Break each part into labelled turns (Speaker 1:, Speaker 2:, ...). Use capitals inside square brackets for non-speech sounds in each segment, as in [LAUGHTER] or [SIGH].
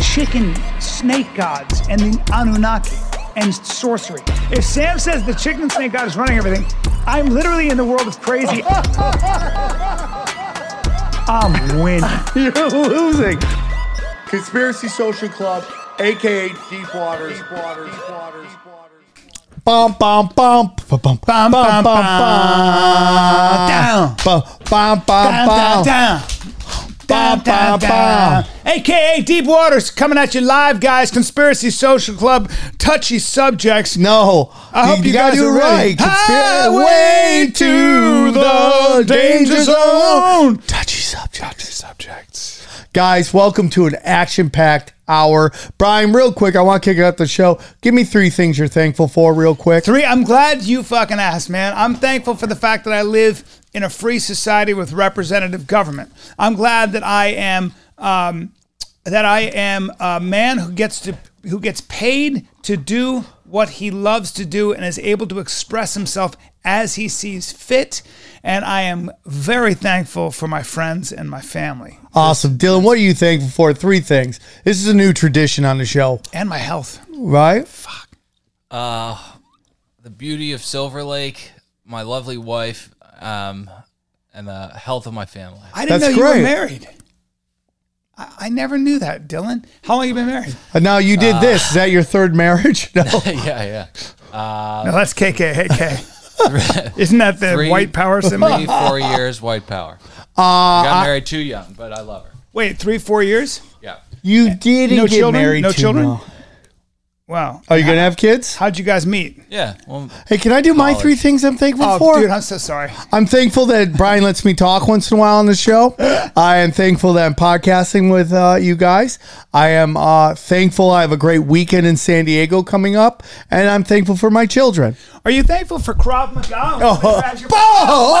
Speaker 1: [LAUGHS]
Speaker 2: Chicken snake gods and the Anunnaki and sorcery. If Sam says the chicken snake god is running everything, I'm literally in the world of crazy. I'm winning.
Speaker 1: You're losing. Conspiracy Social Club, aka Deep Waters. Deep Waters. Deep Waters.
Speaker 3: Bum bum bum bum bum bum bum bum
Speaker 4: Down.
Speaker 3: bum bum bum bum
Speaker 4: Down, down, down. Down,
Speaker 3: Ba, ba,
Speaker 4: down, down.
Speaker 3: ba.
Speaker 4: AKA Deep Waters coming at you live, guys. Conspiracy Social Club, touchy subjects.
Speaker 3: No,
Speaker 4: I hope you,
Speaker 3: gotta
Speaker 4: guys
Speaker 3: do
Speaker 4: are
Speaker 3: it
Speaker 4: ready.
Speaker 3: right. Conspira-
Speaker 4: Highway to the danger zone.
Speaker 3: Touchy subjects. subjects. Guys, welcome to an action-packed hour. Brian, real quick, I want to kick out the show. Give me three things you're thankful for, real quick.
Speaker 4: Three, I'm glad you fucking asked, man. I'm thankful for the fact that I live in a free society with representative government. I'm glad that I am um, that I am a man who gets to who gets paid to do what he loves to do and is able to express himself as he sees fit. And I am very thankful for my friends and my family
Speaker 3: Awesome, Dylan. What are you thankful for? Three things. This is a new tradition on the show,
Speaker 4: and my health.
Speaker 3: right?
Speaker 5: the beauty of Silver Lake, my lovely wife, um, and the health of my family. [LAUGHS]
Speaker 4: I didn't
Speaker 3: That's
Speaker 4: know you
Speaker 3: great.
Speaker 4: were married. I, I never knew that, Dylan. How long you been married?
Speaker 3: And now you did
Speaker 4: Ah.
Speaker 3: this. Is that your third marriage? [LAUGHS] No.
Speaker 5: yeah, yeah.
Speaker 4: No, that's
Speaker 5: [LAUGHS]
Speaker 4: KKK. Isn't that the
Speaker 5: Three-
Speaker 4: white
Speaker 5: [LAUGHS]
Speaker 4: power symbol?
Speaker 5: Three, four years, white [LAUGHS] power. Uh, I got married too young, but I love her.
Speaker 4: Wait, three, four years?
Speaker 5: Yeah.
Speaker 3: You didn't
Speaker 4: No
Speaker 3: get
Speaker 4: children?
Speaker 3: married.
Speaker 4: No
Speaker 3: to,
Speaker 4: children? Wow.
Speaker 3: Are you gonna have kids?
Speaker 4: How's, how'd you guys meet?
Speaker 5: Yeah. Well,
Speaker 3: Hey, can I do my three things I'm thankful
Speaker 4: Oh,
Speaker 3: for?
Speaker 4: dude, I'm so sorry.
Speaker 3: I'm thankful that Brian lets me talk once in a while on the show. I am thankful that I'm podcasting with uh, you guys. I am uh, thankful I have a great weekend in San Diego coming up, and I'm thankful for my children.
Speaker 4: Are you thankful for Krav Maga? [LAUGHS] Oh,
Speaker 3: Oh,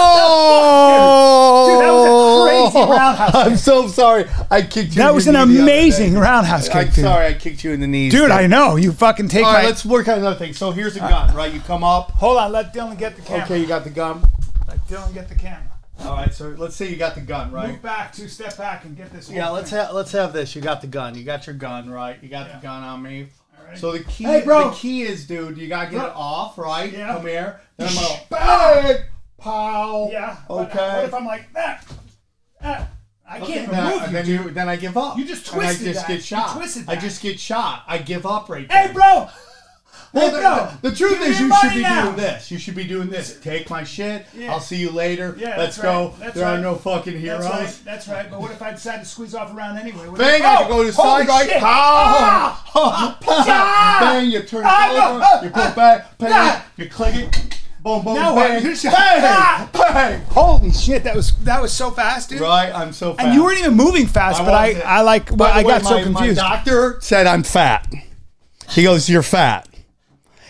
Speaker 3: oh, [LAUGHS]
Speaker 4: Dude, that was a crazy roundhouse
Speaker 3: I'm so sorry. I kicked you.
Speaker 4: That
Speaker 3: in
Speaker 4: was
Speaker 3: the
Speaker 4: an
Speaker 3: knee the other
Speaker 4: amazing
Speaker 3: day.
Speaker 4: roundhouse
Speaker 3: I'm
Speaker 4: kick, dude.
Speaker 3: sorry, I kicked you in the knees.
Speaker 4: Dude, I know. You fucking take
Speaker 3: All right,
Speaker 4: my...
Speaker 3: let's work on another thing. So
Speaker 4: [LAUGHS]
Speaker 3: here's a gun, right? You come up.
Speaker 4: Hold on, let Dylan get the camera.
Speaker 3: Okay, you got the gun.
Speaker 4: Let Dylan get the camera.
Speaker 3: All right, so let's say you got the gun, right?
Speaker 4: Move back, two step back, and get this
Speaker 3: Yeah,
Speaker 4: whole
Speaker 3: let's
Speaker 4: thing.
Speaker 3: have let's have this. You got the gun. You got your gun, right? You got the gun on me.
Speaker 4: right.
Speaker 3: So the key,
Speaker 4: Hey, bro.
Speaker 3: the key is, dude. You gotta get
Speaker 4: Bro.
Speaker 3: it off, right?
Speaker 4: Yeah.
Speaker 3: Come here. Then I'm gonna bang, pow.
Speaker 4: Yeah. but uh, What
Speaker 3: Okay.
Speaker 4: if I'm like that? that. I
Speaker 3: Look at
Speaker 4: can't
Speaker 3: that,
Speaker 4: move
Speaker 3: and
Speaker 4: you,
Speaker 3: then you, then I give up.
Speaker 4: You just
Speaker 3: and I
Speaker 4: twisted
Speaker 3: just
Speaker 4: that.
Speaker 3: get
Speaker 4: You
Speaker 3: shot.
Speaker 4: twisted
Speaker 3: I
Speaker 4: that.
Speaker 3: just get shot. I give up right there.
Speaker 4: Hey, bro!
Speaker 3: Well,
Speaker 4: Hey,
Speaker 3: the-
Speaker 4: bro,
Speaker 3: the, the truth
Speaker 4: give me
Speaker 3: is,
Speaker 4: your
Speaker 3: you should
Speaker 4: money
Speaker 3: be
Speaker 4: now.
Speaker 3: doing this. You should be doing this. Take my shit.
Speaker 4: Yeah.
Speaker 3: I'll see you later.
Speaker 4: Yeah,
Speaker 3: Let's
Speaker 4: that's
Speaker 3: go.
Speaker 4: right. That's
Speaker 3: there are
Speaker 4: right.
Speaker 3: no fucking heroes.
Speaker 4: That's right. That's right. But what if I decide to squeeze off around anyway? What
Speaker 3: Bang,
Speaker 4: if-
Speaker 3: I
Speaker 4: Oh,
Speaker 3: can go to the
Speaker 4: holy
Speaker 3: side, right?
Speaker 4: shit.
Speaker 3: Pow!
Speaker 4: Ah!
Speaker 3: [LAUGHS] Pow!
Speaker 4: Ah!
Speaker 3: Bang, you turn it
Speaker 4: Ah, no.
Speaker 3: over, you go back, bang,
Speaker 4: Ah!
Speaker 3: you click it, boom, boom,
Speaker 4: Now what?
Speaker 3: bang,
Speaker 4: You're shot.
Speaker 3: bang,
Speaker 4: Ah!
Speaker 3: bang.
Speaker 4: Holy shit! That was that was so fast, dude.
Speaker 3: Right, I'm so fast.
Speaker 4: And you weren't even moving fast, but I,
Speaker 3: wasn't.
Speaker 4: I like
Speaker 3: By
Speaker 4: well,
Speaker 3: the
Speaker 4: I
Speaker 3: way,
Speaker 4: got so
Speaker 3: my-
Speaker 4: confused.
Speaker 3: My doctor said I'm fat. He goes, you're fat.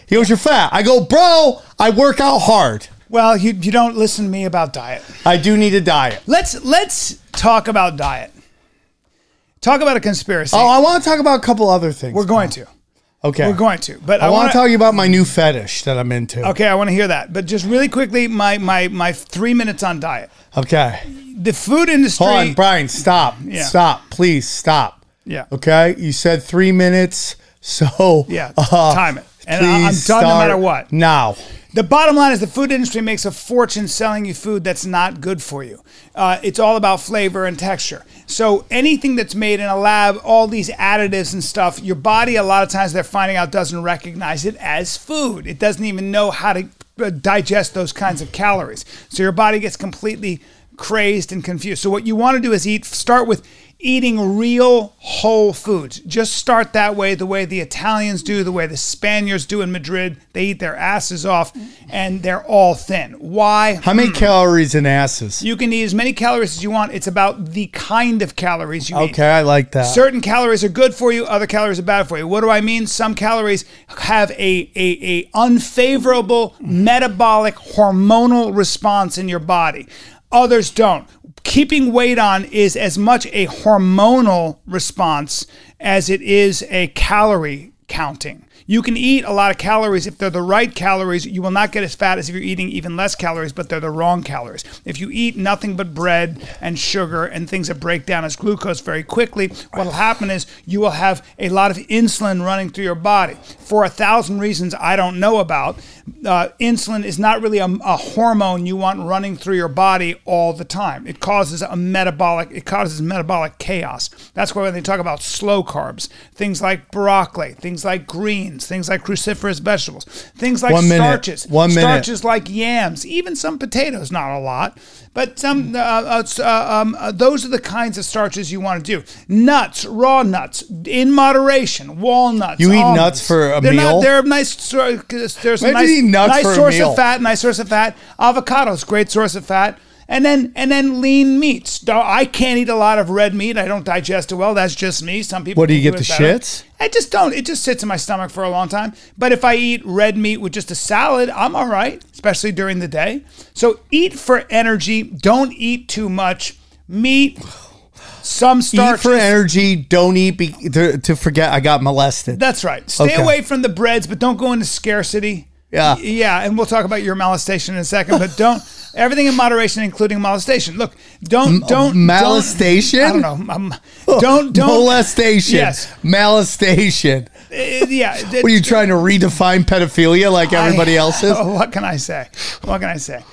Speaker 3: He goes, you're fat. I go, bro, I work out hard.
Speaker 4: well, you you don't listen to me about diet.
Speaker 3: I do need a diet.
Speaker 4: Let's let's talk about diet. Talk about a conspiracy.
Speaker 3: Oh, I want to talk about a couple other things.
Speaker 4: we're going to.
Speaker 3: okay.
Speaker 4: We're going to. But I,
Speaker 3: I, want
Speaker 4: wanna-
Speaker 3: to tell you about my new fetish that I'm into.
Speaker 4: Okay, I want to hear that. But just really quickly, my my my three minutes on diet.
Speaker 3: okay.
Speaker 4: The food industry.
Speaker 3: Hold on, Brian, stop.
Speaker 4: Yeah.
Speaker 3: Stop. Please stop.
Speaker 4: Yeah.
Speaker 3: Okay? You said three minutes. [LAUGHS] So uh,
Speaker 4: Yeah, time it. And I- I'm
Speaker 3: please
Speaker 4: done no
Speaker 3: start
Speaker 4: matter what.
Speaker 3: Now.
Speaker 4: The bottom line is the food industry makes a fortune selling you food that's not good for you. Uh, it's all about flavor and texture. So anything that's made in a lab, all these additives and stuff, your body a lot of times they're finding out doesn't recognize it as food. It doesn't even know how to uh, digest those kinds of calories. So your body gets completely crazed and confused. So what you want to do is eat. Start with eating real whole foods. Just start that way, the way the Italians do, the way the Spaniards do in Madrid. They eat their asses off and they're all thin. Why?
Speaker 3: How many calories in asses?
Speaker 4: Hmm. You can eat as many calories as you want. It's about the kind of calories you eat.
Speaker 3: Okay, I like that.
Speaker 4: Certain calories are good for you, other calories are bad for you. What do I mean? Some calories have a, a, a unfavorable metabolic hormonal response in your body. Others don't. Keeping weight on is as much a hormonal response as it is a calorie counting. You can eat a lot of calories if they're the right calories. You will not get as fat as if you're eating even less calories, but they're the wrong calories. If you eat nothing but bread and sugar and things that break down as glucose very quickly, what will happen is you will have a lot of insulin running through your body for a thousand reasons I don't know about. Uh, insulin is not really a, a hormone you want running through your body all the time. It causes a metabolic it causes metabolic chaos. That's why when they talk about slow carbs, things like broccoli, things like greens things like cruciferous vegetables, things like
Speaker 3: One minute.
Speaker 4: starches,
Speaker 3: One minute.
Speaker 4: starches like yams, even some potatoes, not a lot, but some. Uh, uh, s- uh, um, uh, those are the kinds of starches you want to do. Nuts, raw nuts, in moderation. Walnuts.
Speaker 3: You eat
Speaker 4: almonds.
Speaker 3: nuts for a
Speaker 4: they're
Speaker 3: meal?
Speaker 4: Not, they're nice. sor- 'cause There's
Speaker 3: Why
Speaker 4: a
Speaker 3: do
Speaker 4: nice,
Speaker 3: you eat nuts
Speaker 4: nice
Speaker 3: for a
Speaker 4: source
Speaker 3: meal?
Speaker 4: of fat. Nice source of fat. Avocados, great source of fat. And then and then lean meats. Do- I can't eat a lot of red meat. I don't digest it well. That's just me. Some people.
Speaker 3: What, do
Speaker 4: can
Speaker 3: you
Speaker 4: it
Speaker 3: get the
Speaker 4: better.
Speaker 3: shits?
Speaker 4: I just don't. It just sits in my stomach for a long time. But if I eat red meat with just a salad, I'm all right, especially during the day. So eat for energy. Don't eat too much meat. Some
Speaker 3: Eat
Speaker 4: starches.
Speaker 3: for energy. Don't eat be, to, to forget I got molested.
Speaker 4: That's right. Stay
Speaker 3: Okay.
Speaker 4: away from the breads, but don't go into scarcity.
Speaker 3: Yeah. [LAUGHS]
Speaker 4: Y- yeah, and we'll talk about your molestation in a second. But don't everything in moderation, including molestation. Look, don't don't
Speaker 3: molestation? Oh,
Speaker 4: Don't, I don't know.
Speaker 3: [LAUGHS]
Speaker 4: Um, don't uh, don't
Speaker 3: molestation.
Speaker 4: Yes.
Speaker 3: Molestation.
Speaker 4: Uh,
Speaker 3: [LAUGHS]
Speaker 4: yeah.
Speaker 3: What
Speaker 4: [LAUGHS]
Speaker 3: are you trying to redefine pedophilia like everybody
Speaker 4: I-
Speaker 3: else is?
Speaker 4: What can I say? What can I say?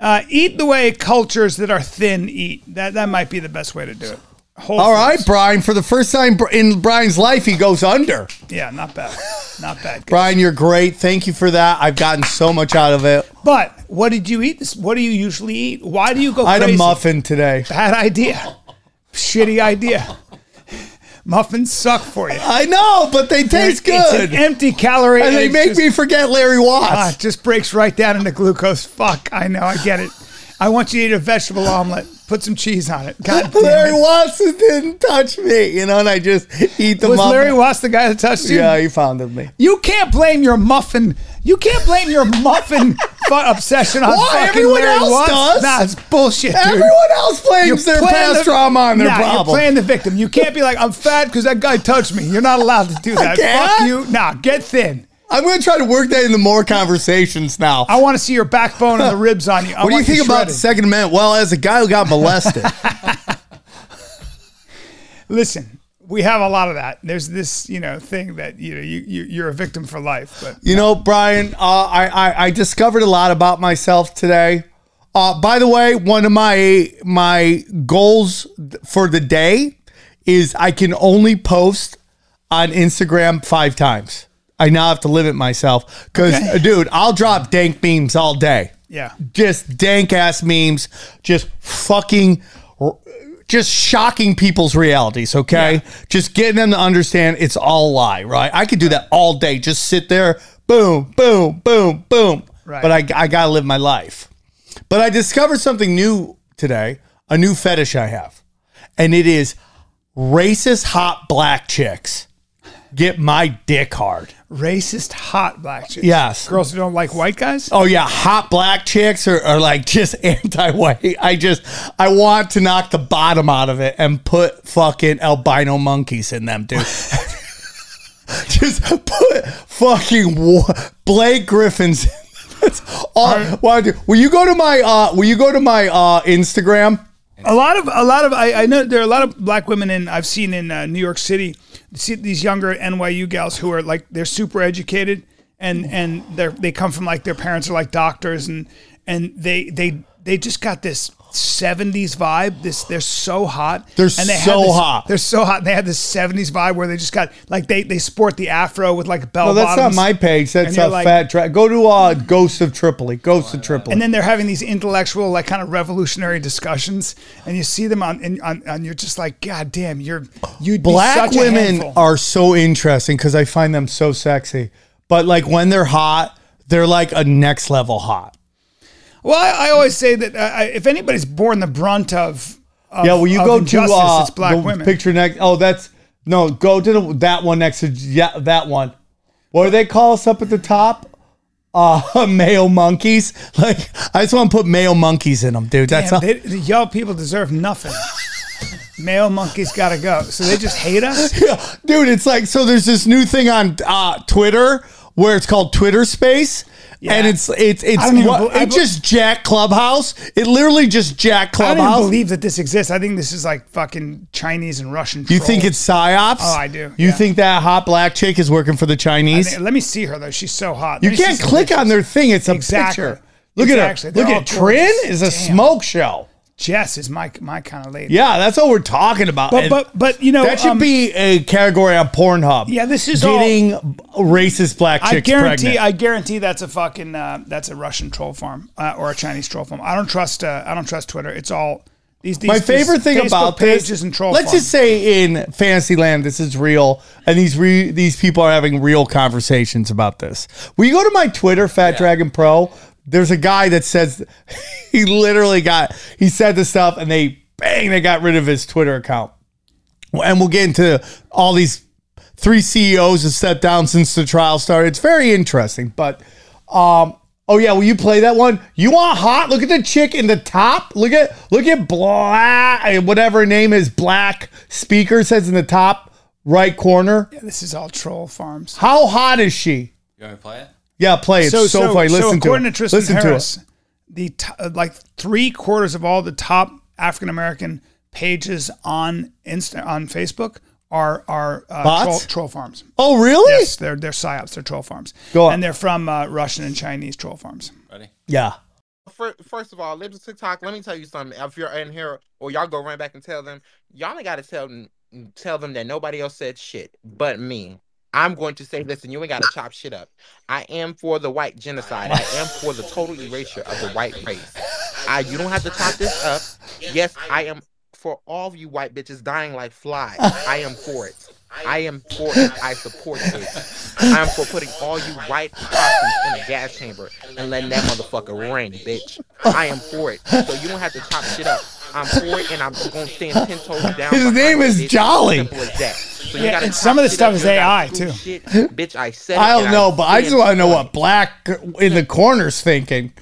Speaker 4: Uh, eat the way cultures that are thin eat. That that might be the best way to do it. Whole
Speaker 3: All right,
Speaker 4: foods.
Speaker 3: Brian. For the first time br- in Brian's life, he goes under.
Speaker 4: Yeah, not bad. Not bad.
Speaker 3: Brian, you're great. Thank you for that. I've gotten so much out of it.
Speaker 4: But what did you eat? This? What do you usually eat? Why do you go?
Speaker 3: I had
Speaker 4: crazy?
Speaker 3: a muffin today.
Speaker 4: Bad idea. Shitty idea. [LAUGHS] Muffins suck for you.
Speaker 3: I know, but they taste
Speaker 4: It's
Speaker 3: good.
Speaker 4: an empty calorie.
Speaker 3: and they
Speaker 4: it's
Speaker 3: make
Speaker 4: just-
Speaker 3: me forget Larry
Speaker 4: Ah, it
Speaker 3: Watts.
Speaker 4: just breaks right down into glucose. Fuck, I know, I get it. I want you to eat a vegetable omelet. Put some cheese on it. God damn
Speaker 3: Larry
Speaker 4: it.
Speaker 3: Watson didn't touch me, you know, and I just eat the
Speaker 4: was
Speaker 3: muffin.
Speaker 4: Larry Watts the guy that touched you?
Speaker 3: yeah, you found me.
Speaker 4: You can't blame your muffin. You can't blame your muffin [LAUGHS] fu- obsession on
Speaker 3: Why?
Speaker 4: fucking
Speaker 3: Everyone
Speaker 4: Larry
Speaker 3: else
Speaker 4: Watts.
Speaker 3: does.
Speaker 4: Nah, it's bullshit, dude.
Speaker 3: Everyone else blames their
Speaker 4: playing
Speaker 3: past
Speaker 4: the-
Speaker 3: trauma on their
Speaker 4: Nah,
Speaker 3: problem.
Speaker 4: You're playing the victim. You can't be like, I'm fat because that guy touched me. You're not allowed to do that.
Speaker 3: can't.
Speaker 4: Fuck you. Nah, get thin.
Speaker 3: I'm going to try to work that into more conversations now.
Speaker 4: I want to see your backbone and the ribs on you. I
Speaker 3: what do you
Speaker 4: want
Speaker 3: think about the
Speaker 4: shredded.
Speaker 3: Second Amendment? Well, as a guy who got molested,
Speaker 4: Listen, we have a lot of that. There's this, you know, thing that you know, you, you you're a victim for life. But
Speaker 3: you know, Brian, uh, I, I I discovered a lot about myself today. Uh, by the way, one of my my goals for the day is I can only post on Instagram five times. I now have to limit myself because,
Speaker 4: Okay.
Speaker 3: dude, I'll drop dank memes all day.
Speaker 4: yeah,
Speaker 3: just dank ass memes, just fucking, just shocking people's realities. Okay, just getting them to understand it's all a lie. Right? I could do that all day. Just sit there, boom, boom, boom, boom.
Speaker 4: Right.
Speaker 3: But I, I gotta live my life. But I discovered something new today, a new fetish I have, and it is racist hot black chicks. Get my dick hard.
Speaker 4: racist hot black chicks.
Speaker 3: Yes.
Speaker 4: girls who don't like white guys.
Speaker 3: Oh yeah, hot black chicks are, are like [LAUGHS] just anti-white. I just I want to knock the bottom out of it and put fucking albino monkeys in them, dude. [LAUGHS] just put fucking wa- Blake Griffins. in them. [LAUGHS] That's all. what I do. Will you go to my uh will you go to my uh Instagram?
Speaker 4: A lot of a lot of I, I know there are a lot of black women in I've seen in uh, New York City. See these younger NYU gals who are like they're super educated and and they are they come from like their parents are like doctors and and they they they just got this 70s vibe. This they're so hot.
Speaker 3: They're
Speaker 4: had
Speaker 3: so
Speaker 4: this-
Speaker 3: hot.
Speaker 4: They're so hot. And they had this 70s vibe where they just got like they they sport the afro with like bell
Speaker 3: No, that's
Speaker 4: bottoms.
Speaker 3: not my page.
Speaker 4: And
Speaker 3: That's
Speaker 4: you're
Speaker 3: a
Speaker 4: like-
Speaker 3: fat track. Go to uh, Ghost of Tripoli. Ghost of Tripoli.
Speaker 4: And then they're having these intellectual, like kind of revolutionary discussions, and you see them on, and on, and you're just like, God damn, you're you
Speaker 3: black
Speaker 4: such a
Speaker 3: women
Speaker 4: handful."
Speaker 3: are so interesting because I find them so sexy. But like when they're hot, they're like a next level hot.
Speaker 4: Well, I, I always say that uh, I- if anybody's borne the brunt of, of
Speaker 3: yeah, well, you
Speaker 4: of
Speaker 3: go to
Speaker 4: injustice,
Speaker 3: uh,
Speaker 4: it's black
Speaker 3: the
Speaker 4: women.
Speaker 3: picture next. Oh, that's no. Go to the, that one next to yeah that one. What do they call us up at the top? Uh, [LAUGHS] male monkeys. Like I just want to put male monkeys in them, dude. That's
Speaker 4: Damn,
Speaker 3: all.
Speaker 4: they, the yellow people deserve nothing. Male monkeys gotta go, so they just hate us.
Speaker 3: Yeah, [LAUGHS] dude, it's like so. There's this new thing on uh, Twitter where it's called Twitter Space, and it's it's it's
Speaker 4: don't even
Speaker 3: what-
Speaker 4: bel- I
Speaker 3: it
Speaker 4: bel-
Speaker 3: just Jack Clubhouse. It literally just Jack
Speaker 4: I don't even
Speaker 3: Clubhouse.
Speaker 4: believe that this exists. I think this is like fucking Chinese and Russian.
Speaker 3: you think
Speaker 4: trolls.
Speaker 3: it's psyops?
Speaker 4: Oh, I do,
Speaker 3: You
Speaker 4: yeah.
Speaker 3: think that hot black chick is working for the Chinese?
Speaker 4: Let me see her though. She's so hot.
Speaker 3: you
Speaker 4: Let me see
Speaker 3: can't
Speaker 4: some
Speaker 3: click on
Speaker 4: pictures.
Speaker 3: their thing. It's a
Speaker 4: Exactly.
Speaker 3: picture. Look
Speaker 4: Exactly.
Speaker 3: at her.
Speaker 4: They're
Speaker 3: Look
Speaker 4: all
Speaker 3: at Trin is
Speaker 4: gorgeous.
Speaker 3: a
Speaker 4: Damn.
Speaker 3: smoke show.
Speaker 4: Jess is my my kind of lady.
Speaker 3: Yeah, that's what we're talking about.
Speaker 4: But
Speaker 3: And
Speaker 4: but but you know
Speaker 3: that should
Speaker 4: um,
Speaker 3: be a category on Pornhub.
Speaker 4: Yeah, this is all-
Speaker 3: getting racist black chicks
Speaker 4: I guarantee
Speaker 3: pregnant.
Speaker 4: I guarantee that's a fucking uh, that's a Russian troll farm uh, or a Chinese troll farm. I don't trust uh, I don't trust Twitter. It's all these, these
Speaker 3: My
Speaker 4: these
Speaker 3: favorite thing
Speaker 4: Facebook
Speaker 3: about this,
Speaker 4: pages and troll
Speaker 3: let's
Speaker 4: farm.
Speaker 3: just say in Fantasyland, this is real, and these re, these people are having real conversations about this. Will you go to my Twitter, Fat Dragon Pro? There's a guy that says [LAUGHS] he literally got he said this stuff, and they bang, they got rid of his Twitter account. And we'll get into all these three CEOs have stepped down since the trial started. It's very interesting, but um, oh yeah, will you play that one? You want hot? Look at the chick in the top. Look at look at black eh, whatever her name is black speaker says in the top right corner.
Speaker 4: this is all troll farms.
Speaker 3: How hot is she?
Speaker 5: You want me to play it?
Speaker 3: Yeah, play it. So, funny. Listen to
Speaker 4: according
Speaker 3: it.
Speaker 4: to Tristan
Speaker 3: Listen
Speaker 4: Harris,
Speaker 3: to it.
Speaker 4: the t- uh, like three quarters of all the top African American pages on Insta on Facebook are are uh,
Speaker 3: Bots?
Speaker 4: troll, troll farms.
Speaker 3: Oh really?
Speaker 4: Yes, they're they're psyops. They're troll farms.
Speaker 3: Go on.
Speaker 4: and they're from uh, Russian and Chinese troll farms.
Speaker 5: Ready?
Speaker 3: Yeah.
Speaker 6: fir- first of all, live to TikTok. Let me tell you something. If you're in here, or y'all go run back and tell them, y'all ain't gotta tell them tell them that nobody else said shit but me. I'm going to say, listen, you ain't gotta chop shit up. I am for the white genocide. I am for the total erasure of the white race. I you don't have to chop this up. Yes, I am for all of you white bitches dying like flies. I am for it. I am for it. I support it. I am for putting all you white prostitutes in a gas chamber and letting that motherfucker ring, bitch. I am for it. So you don't have to chop shit up. I'm for it, and I'm gonna stand ten toes down.
Speaker 3: His
Speaker 6: behind
Speaker 3: name
Speaker 6: it,
Speaker 3: is
Speaker 6: bitch.
Speaker 3: Jolly.
Speaker 6: Simple as that. So you
Speaker 4: Yeah,
Speaker 6: gotta
Speaker 4: and some
Speaker 6: chop
Speaker 4: of this
Speaker 6: shit
Speaker 4: stuff
Speaker 6: up.
Speaker 4: is
Speaker 6: You gotta
Speaker 4: AI,
Speaker 6: screw
Speaker 4: too.
Speaker 6: shit. Bitch, I said. it,
Speaker 3: I
Speaker 6: and
Speaker 3: don't know, but I
Speaker 6: stand
Speaker 3: just want to know
Speaker 6: for
Speaker 3: what black in the corner's thinking.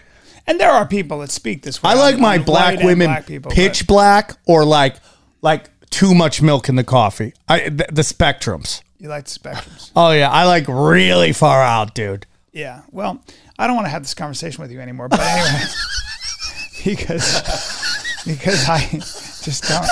Speaker 4: And there are people that speak this way.
Speaker 3: I like
Speaker 4: on-
Speaker 3: my
Speaker 4: on white
Speaker 3: black
Speaker 4: and
Speaker 3: women
Speaker 4: black people,
Speaker 3: pitch black or like like too much milk in the coffee. I th- the spectrums.
Speaker 4: but You like the
Speaker 3: [LAUGHS]
Speaker 4: spectrums.
Speaker 3: Oh yeah, I like really far out, dude.
Speaker 4: Yeah. Well, I don't want to have this conversation with you anymore. But
Speaker 3: [LAUGHS]
Speaker 4: anyway, because because I just don't.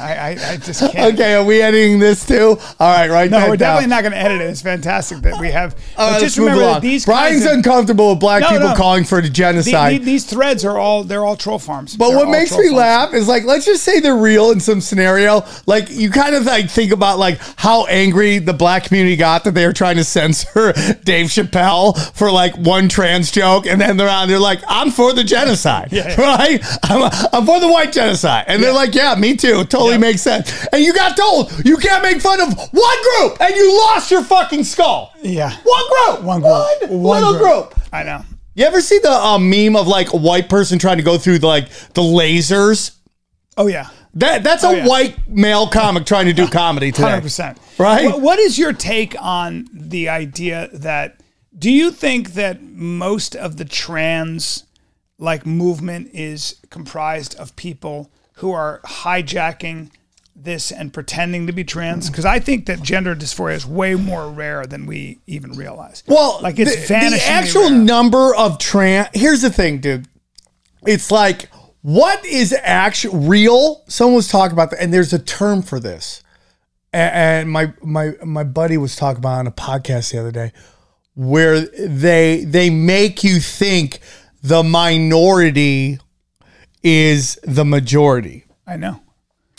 Speaker 4: I, I, I just can't.
Speaker 3: Okay, are we editing this too? All right, right
Speaker 4: No, we're definitely not going to edit it. It's fantastic that we have.
Speaker 3: All
Speaker 4: but
Speaker 3: right, Oh, let's
Speaker 4: just
Speaker 3: move
Speaker 4: remember
Speaker 3: on.
Speaker 4: that these
Speaker 3: Brian's
Speaker 4: kinds of-
Speaker 3: uncomfortable with black
Speaker 4: No,
Speaker 3: people
Speaker 4: no.
Speaker 3: calling for the
Speaker 4: the-
Speaker 3: genocide.
Speaker 4: the- these threads are all they're all troll farms.
Speaker 3: But
Speaker 4: They're
Speaker 3: what
Speaker 4: all
Speaker 3: makes
Speaker 4: troll
Speaker 3: me
Speaker 4: farms.
Speaker 3: laugh is like, let's just say they're real in some scenario. Like you kind of like think about like how angry the black community got that they were trying to censor [LAUGHS] Dave Chappelle for like one trans joke, and then they're on, they're like, I'm for the genocide, right? I'm, I'm for the white genocide, and they're like, yeah, me too, It totally makes sense. And you got told you can't make fun of one group, and you lost your fucking skull.
Speaker 4: Yeah.
Speaker 3: one group,
Speaker 4: One group.
Speaker 3: one,
Speaker 4: One
Speaker 3: little
Speaker 4: group.
Speaker 3: group.
Speaker 4: I know.
Speaker 3: You ever see the uh, meme of like a white person trying to go through the, like the lasers?
Speaker 4: Oh yeah.
Speaker 3: That that's a
Speaker 4: Oh, yeah.
Speaker 3: white male comic trying to do comedy today.
Speaker 4: hundred percent.
Speaker 3: Right?
Speaker 4: What, what is your take on the idea that do you think that most of the trans like movement is comprised of people who are hijacking this and pretending to be
Speaker 3: Mm.
Speaker 4: trans? Because I think that gender dysphoria is way more rare than we even realize.
Speaker 3: Well,
Speaker 4: like it's
Speaker 3: the,
Speaker 4: vanishing.
Speaker 3: The actual number of trans. Here's the thing, dude. It's like what is actual real? Someone was talking about that, and there's a term for this. A- And my my my buddy was talking about it on a podcast the other day, where they they make you think the minority is the majority.
Speaker 4: I know.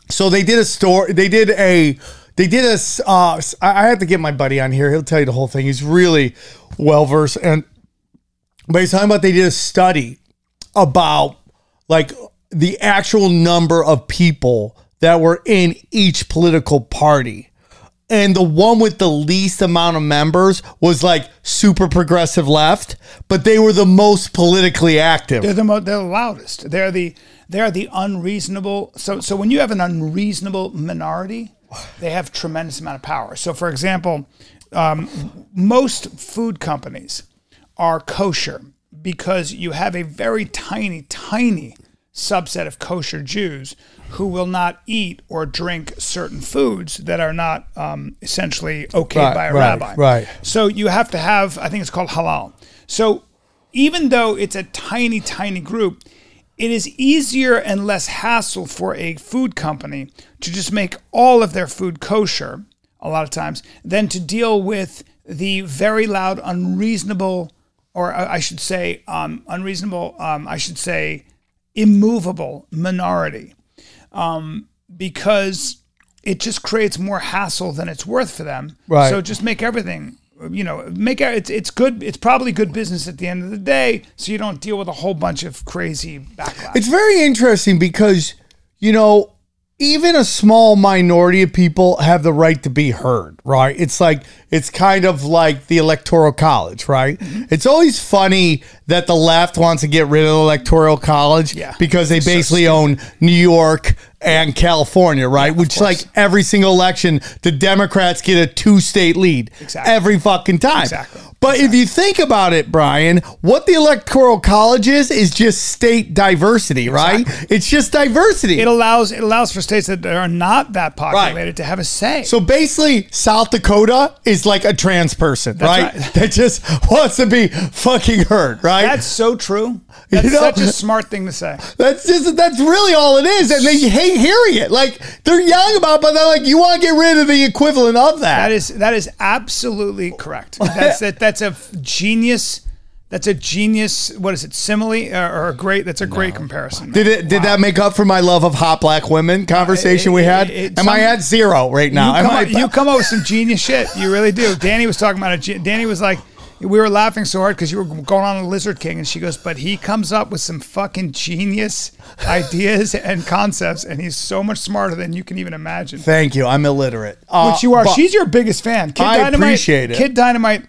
Speaker 3: So they did a story. They did a. They did a. s- Uh, s- I I have to get my buddy on here. He'll tell you the whole thing. He's really well versed. And but he's talking about they did a study about like the actual number of people that were in each political party. And the one with the least amount of members was like super progressive left, but they were the most politically active.
Speaker 4: They're the mo- they're the loudest. They're the they're the unreasonable. So so when you have an unreasonable minority, they have tremendous amount of power. So for example, um, most food companies are kosher because you have a very tiny tiny subset of kosher Jews who will not eat or drink certain foods that are not um, essentially okayed
Speaker 3: Right,
Speaker 4: by a
Speaker 3: right,
Speaker 4: rabbi.
Speaker 3: right.
Speaker 4: So you have to have, I think it's called halal. So even though it's a tiny, tiny group, it is easier and less hassle for a food company to just make all of their food kosher a lot of times than to deal with the very loud, unreasonable, or uh, I I should say, um, unreasonable, um, I should say, immovable minority Um, because it just creates more hassle than it's worth for them.
Speaker 3: Right.
Speaker 4: So just make everything, you know, make it- it's it's good. It's probably good business at the end of the day, so you don't deal with a whole bunch of crazy backlash.
Speaker 3: It's very interesting because, you know, even a small minority of people have the right to be heard, right? It's like, it's kind of like the Electoral College, right?
Speaker 4: Mm-hmm.
Speaker 3: It's always funny that the left wants to get rid of the Electoral College
Speaker 4: Yeah.
Speaker 3: because they basically own New York and California, right? Which, like, every single election, the Democrats get a two state lead
Speaker 4: Exactly.
Speaker 3: every fucking time.
Speaker 4: Exactly.
Speaker 3: But if you think about it, Brian, what the electoral college is is just state diversity, right? It's just diversity.
Speaker 4: it allows it allows for states that are not that populated to have a say.
Speaker 3: so basically, South Dakota is like a trans person, right? [LAUGHS]
Speaker 4: right.
Speaker 3: That just wants to be fucking heard, right?
Speaker 4: that's
Speaker 3: [LAUGHS]
Speaker 4: so true. That's
Speaker 3: know-
Speaker 4: such a smart thing to say.
Speaker 3: That's just that's really all it is, and they hate hearing it. Like they're young about, it, but they're like, you want to get rid of the equivalent of
Speaker 4: That
Speaker 3: that.
Speaker 4: is that is absolutely correct.
Speaker 3: [LAUGHS]
Speaker 4: That's that, that's a f- genius. That's a genius. What is it? Simile or, or a great? That's a great comparison.
Speaker 3: did it? Did that make up for my love of hot black women conversation we
Speaker 4: it-
Speaker 3: had?
Speaker 4: it-
Speaker 3: Am I
Speaker 4: some-
Speaker 3: at zero right now?
Speaker 4: You
Speaker 3: Am
Speaker 4: come,
Speaker 3: I- [LAUGHS]
Speaker 4: up, you come up with some genius shit. You really do. Danny was talking about it. Ge- Danny was like, we were laughing so hard because you were going on a Lizard King, and she goes, but he comes up with some fucking genius [LAUGHS] ideas and concepts, and he's so much smarter than you can even imagine.
Speaker 3: Thank you. I'm illiterate. Uh,
Speaker 4: Which you are.
Speaker 3: but-
Speaker 4: She's your biggest fan. Kid
Speaker 3: I
Speaker 4: Dynamite,
Speaker 3: appreciate it.
Speaker 4: Kid Dynamite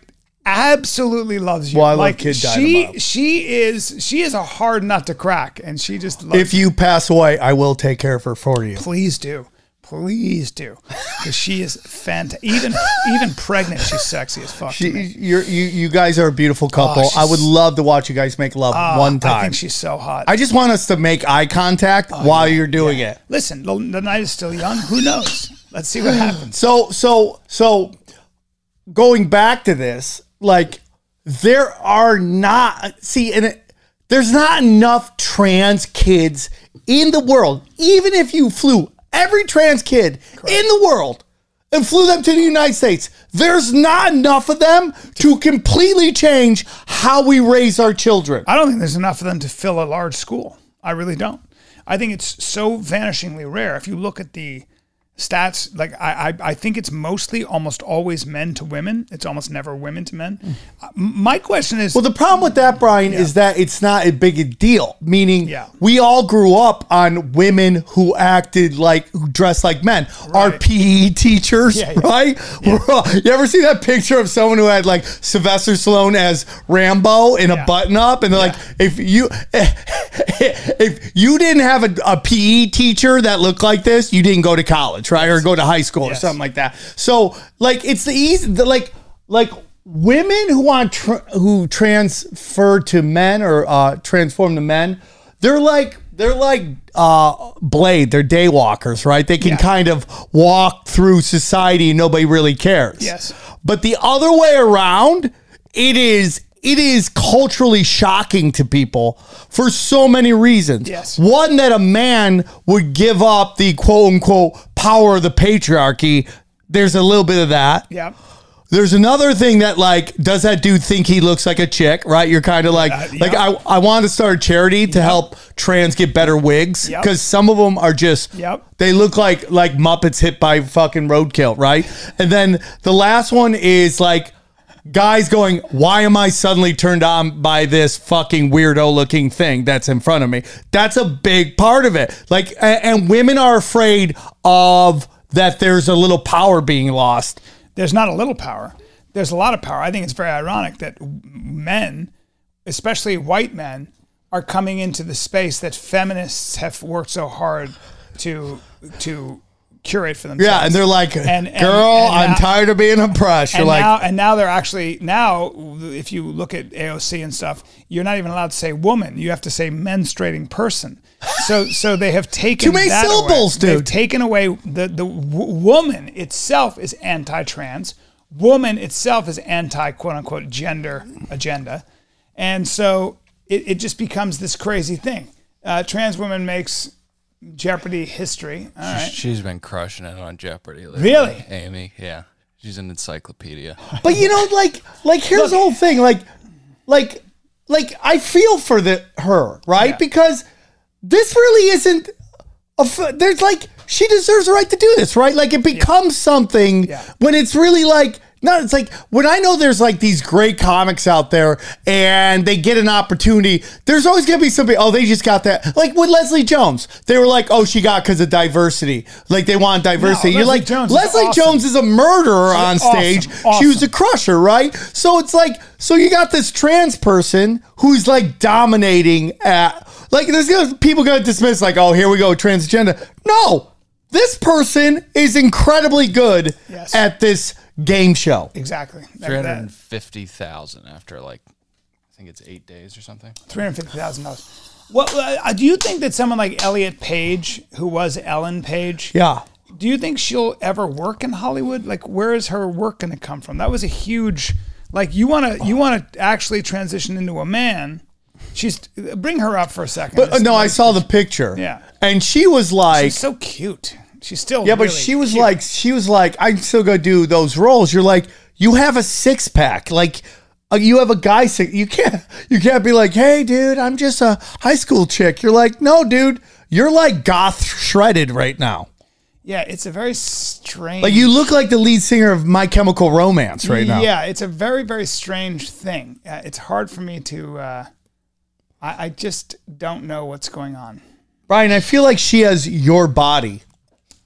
Speaker 4: absolutely loves you.
Speaker 3: Well, I love Kid
Speaker 4: she,
Speaker 3: Dynamite.
Speaker 4: she is she is a hard nut to crack, and she just loves
Speaker 3: If you pass away, I will take care of her for you.
Speaker 4: please do please do because she is fantastic even even pregnant she's sexy as fuck to
Speaker 3: She,
Speaker 4: me.
Speaker 3: you're, you, you guys are a beautiful couple.
Speaker 4: Oh, she's- Ah,
Speaker 3: I would love to watch you guys make love one
Speaker 4: i
Speaker 3: time.
Speaker 4: think she's so hot
Speaker 3: I just want us to make eye contact
Speaker 4: Oh,
Speaker 3: while you're doing it.
Speaker 4: listen the, the night is still young who knows let's
Speaker 3: [SIGHS]
Speaker 4: see what happens
Speaker 3: So, so, so, going back to this, like there are not see, and it, there's not enough trans kids in the world. Even if you flew every trans kid in the world and flew them to the United States, there's not enough of them to completely change how we raise our children.
Speaker 4: i don't think there's enough of them to fill a large school i really don't i think it's so vanishingly rare if you look at the stats like I, I i think it's mostly almost always men to women it's almost never women to men Uh, m- my question is
Speaker 3: Well, the problem with that, Brian, is that it's not a big a deal. Meaning,
Speaker 4: Yeah.
Speaker 3: we all grew up on women who acted like, who dressed like men. Our PE teachers,
Speaker 4: yeah.
Speaker 3: right? We're all- [LAUGHS] you ever see that picture of someone who had like Sylvester Stallone as Rambo in a
Speaker 4: Yeah.
Speaker 3: button up? And they're like, if you [LAUGHS] if you didn't have a, a PE teacher that looked like this, you didn't go to college, right? Or go to high school or
Speaker 4: Yes.
Speaker 3: something like that. So, like, it's the easy, the, like, like women who want tr- who transfer to men or uh, transform to men, they're like they're like uh, Blade. They're daywalkers, right? They can kind of walk through society. and Nobody really cares.
Speaker 4: Yes.
Speaker 3: But the other way around, it is it is culturally shocking to people for so many reasons.
Speaker 4: Yes.
Speaker 3: One that a man would give up the quote unquote power of the patriarchy. There's a little bit of that
Speaker 4: yeah
Speaker 3: There's another thing that like, does that dude think he looks like a chick? Right? You're kind of like,
Speaker 4: yeah.
Speaker 3: like I, I want to start a charity to help trans get better wigs
Speaker 4: Yep.
Speaker 3: because some of them are just,
Speaker 4: Yep.
Speaker 3: they look like like Muppets hit by fucking roadkill, right? And then the last one is like guys going, why am I suddenly turned on by this fucking weirdo looking thing that's in front of me? That's a big part of it. Like, a- and, women are afraid of that. There's a little power being lost.
Speaker 4: there's not a little power. There's a lot of power. I think it's very ironic that men, especially white men, are coming into the space that feminists have worked so hard to to curate for themselves.
Speaker 3: Yeah, and they're like,
Speaker 4: And- and-
Speaker 3: girl,
Speaker 4: and
Speaker 3: I'm
Speaker 4: now-
Speaker 3: tired of being oppressed. You're
Speaker 4: and
Speaker 3: like,
Speaker 4: now and now they're actually now if you look at AOC and stuff, you're not even allowed to say woman. You have to say menstruating person. So so they have taken
Speaker 3: Too many
Speaker 4: that away.
Speaker 3: syllables, dude.
Speaker 4: They've taken away the the w- woman itself is anti-trans. Woman itself is anti quote unquote gender agenda, and so it, it just becomes this crazy thing. Uh, trans women makes Jeopardy history. All right.
Speaker 5: She's been crushing it on Jeopardy. Lately.
Speaker 4: Really?
Speaker 5: Amy, yeah. She's an encyclopedia.
Speaker 3: But you know, like, like here's the whole thing. Like, like, like I feel for the her, right? Because this really isn't. A f- there's like she deserves the right to do this, right? Like it becomes something when it's really like. No, it's like when I know there's like these great comics out there and they get an opportunity, there's always going to be somebody, oh, they just got that. Like with Leslie Jones, they were like, oh, she got because of diversity. Like they want diversity. You're
Speaker 4: Leslie
Speaker 3: like,
Speaker 4: Jones is
Speaker 3: Leslie
Speaker 4: awesome.
Speaker 3: Jones is a murderer on
Speaker 4: awesome,
Speaker 3: stage. She
Speaker 4: awesome.
Speaker 3: was a crusher, right? So it's like, so you got this trans person who's like dominating at, like, there's gonna, people gonna dismiss, like, oh, here we go, transgender. No, this person is incredibly good
Speaker 4: Yes.
Speaker 3: at this game show.
Speaker 4: Exactly. That- that-
Speaker 5: 350,000 after like, I think it's eight days or something.
Speaker 4: three hundred fifty thousand dollars. What uh, do you think that someone like Elliot Page, who was Ellen Page,
Speaker 3: Yeah.
Speaker 4: do you think she'll ever work in Hollywood? Like, where is her work going to come from? That was a huge, like, you want to you want to actually transition into a man. She's bring her up for a second.
Speaker 3: But uh, no, I saw the picture.
Speaker 4: Yeah.
Speaker 3: And she was like,
Speaker 4: she's so cute. She's still
Speaker 3: yeah, but
Speaker 4: really
Speaker 3: she was
Speaker 4: cute.
Speaker 3: like, she was like, I'm still gonna do those roles. You're like, you have a six pack, like. uh, You have a guy six. You can't. You can't be like, "Hey, dude, I'm just a high school chick." You're like, "No, dude, you're like goth shredded right now.
Speaker 4: yeah, it's a very strange.
Speaker 3: Like, you look like the lead singer of My Chemical Romance right now."
Speaker 4: Yeah, it's a very very strange thing. Uh, it's hard for me to. Uh, I, I just don't know what's going on.
Speaker 3: Brian, I feel like she has your body.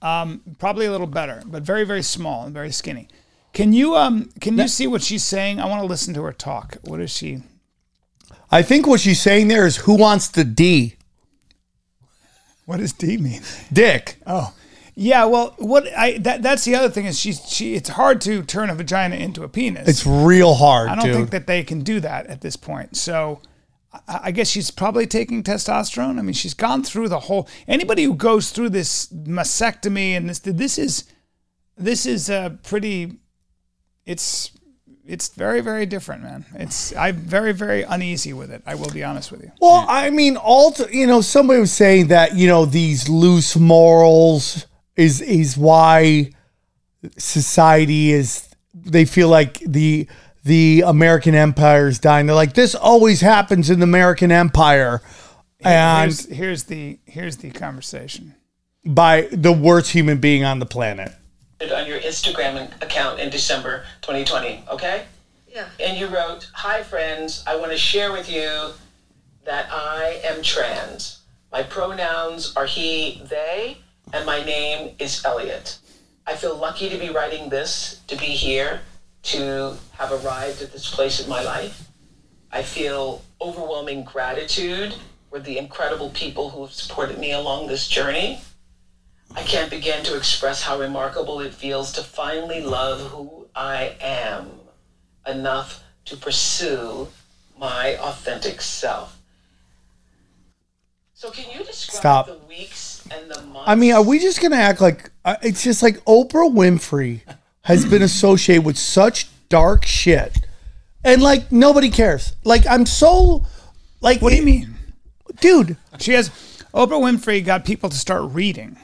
Speaker 4: probably a little better, but very very small and very skinny. Can you um can you see what she's saying? I want to listen to her talk. What is she?
Speaker 3: I think what she's saying there is, "Who wants the D
Speaker 4: What does D mean?
Speaker 3: dick?"
Speaker 4: Yeah, well, what I that that's the other thing is she's she. It's hard to turn a vagina into a penis.
Speaker 3: It's real hard,
Speaker 4: I don't
Speaker 3: dude.
Speaker 4: think that they can do that at this point. So. I I guess she's probably taking testosterone. I mean, she's gone through the whole. Anybody who goes through this mastectomy and this, this is, this is a pretty. It's it's very very different, man. It's I'm very very uneasy with it. I will be honest with you.
Speaker 3: Well, I mean, all t- you know, somebody was saying that you know these loose morals is is why society is. They feel like the the American empire is dying. They're like, this always happens in the American empire, and
Speaker 4: Here's, here's the here's the conversation.
Speaker 3: by the worst human being on the planet.
Speaker 7: on your Instagram account in December 2020, okay? Yeah. And you wrote, Hi, friends, I want to share with you that I am trans. My pronouns are he, they, and my name is Elliot. I feel lucky to be writing this, to be here, to have arrived at this place in my life. I feel overwhelming gratitude for the incredible people who have supported me along this journey. I can't begin to express how remarkable it feels to finally love who I am enough to pursue my authentic self. So, can you describe
Speaker 3: Stop.
Speaker 7: the weeks and the months?
Speaker 3: I mean, are we just gonna act like uh, it's just like Oprah Winfrey has been associated with such dark shit, and like nobody cares. Like I'm so like
Speaker 4: What do you mean?
Speaker 3: dude?
Speaker 4: She has Oprah Winfrey got people to start reading.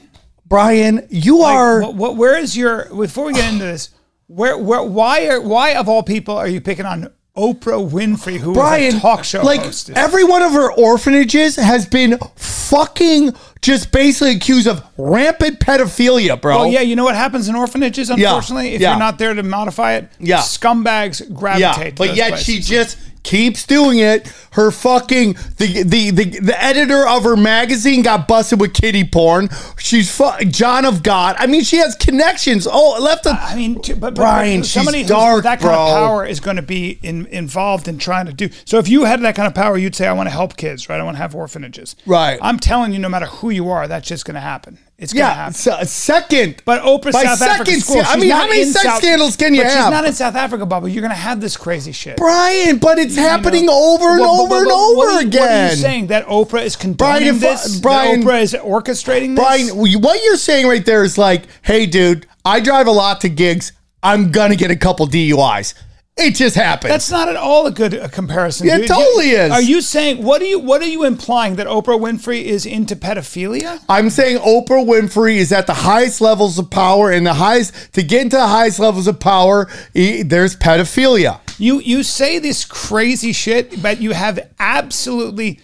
Speaker 3: Brian, you are
Speaker 4: what, what, where is your before we get into this Where, where, why are, why of all people are you picking on Oprah Winfrey, who is
Speaker 3: Brian,
Speaker 4: a talk show
Speaker 3: like
Speaker 4: host?
Speaker 3: every one of her orphanages has been fucking just basically accused of rampant pedophilia, bro.
Speaker 4: Well, Oh, yeah, you know what happens in orphanages, unfortunately, if
Speaker 3: oh. yeah.
Speaker 4: you're not there to modify it.
Speaker 3: Yeah.
Speaker 4: scumbags gravitate.
Speaker 3: yeah.
Speaker 4: to
Speaker 3: But
Speaker 4: those
Speaker 3: yet she
Speaker 4: places.
Speaker 3: just keeps doing it. Her fucking the, the the the editor of her magazine got busted with kitty porn. She's fu- John of God. I mean, she has connections. Oh, left. A,
Speaker 4: I mean, to, but, but
Speaker 3: Brian,
Speaker 4: but
Speaker 3: she's
Speaker 4: somebody who's
Speaker 3: dark,
Speaker 4: that kind
Speaker 3: bro.
Speaker 4: of power is going to be in, involved in trying to do. So if you had that kind of power, you'd say, "I want to help kids, right? I want to have orphanages."
Speaker 3: Right.
Speaker 4: I'm telling you, no matter who you are, that's just going to happen. It's going to
Speaker 3: yeah,
Speaker 4: happen.
Speaker 3: so, second.
Speaker 4: But Oprah
Speaker 3: by
Speaker 4: South Africa
Speaker 3: second,
Speaker 4: school.
Speaker 3: I
Speaker 4: she's
Speaker 3: mean,
Speaker 4: not
Speaker 3: how many
Speaker 4: in
Speaker 3: sex
Speaker 4: South-
Speaker 3: scandals can you
Speaker 4: but
Speaker 3: have?
Speaker 4: She's not in South Africa, Bubba. You're going to have this crazy shit.
Speaker 3: Brian, but it's happening
Speaker 4: know?
Speaker 3: over and
Speaker 4: Well, but-
Speaker 3: over
Speaker 4: but-
Speaker 3: and
Speaker 4: but what
Speaker 3: over
Speaker 4: are you-
Speaker 3: again.
Speaker 4: What are you saying that Oprah is condoning
Speaker 3: Brian, if I-
Speaker 4: this?
Speaker 3: Brian-
Speaker 4: that Oprah is orchestrating this.
Speaker 3: Brian, what you're saying right there is like, hey, dude, I drive a lot to gigs. I'm gonna get a couple DUIs. It just happens.
Speaker 4: That's not at all a good uh, comparison.
Speaker 3: It
Speaker 4: dude.
Speaker 3: totally
Speaker 4: You-
Speaker 3: is.
Speaker 4: Are you saying what are you what are you implying that Oprah Winfrey is into pedophilia?
Speaker 3: I'm saying Oprah Winfrey is at the highest levels of power, and the highest to get into the highest levels of power, e- there's pedophilia.
Speaker 4: You you say this crazy shit, but you have absolutely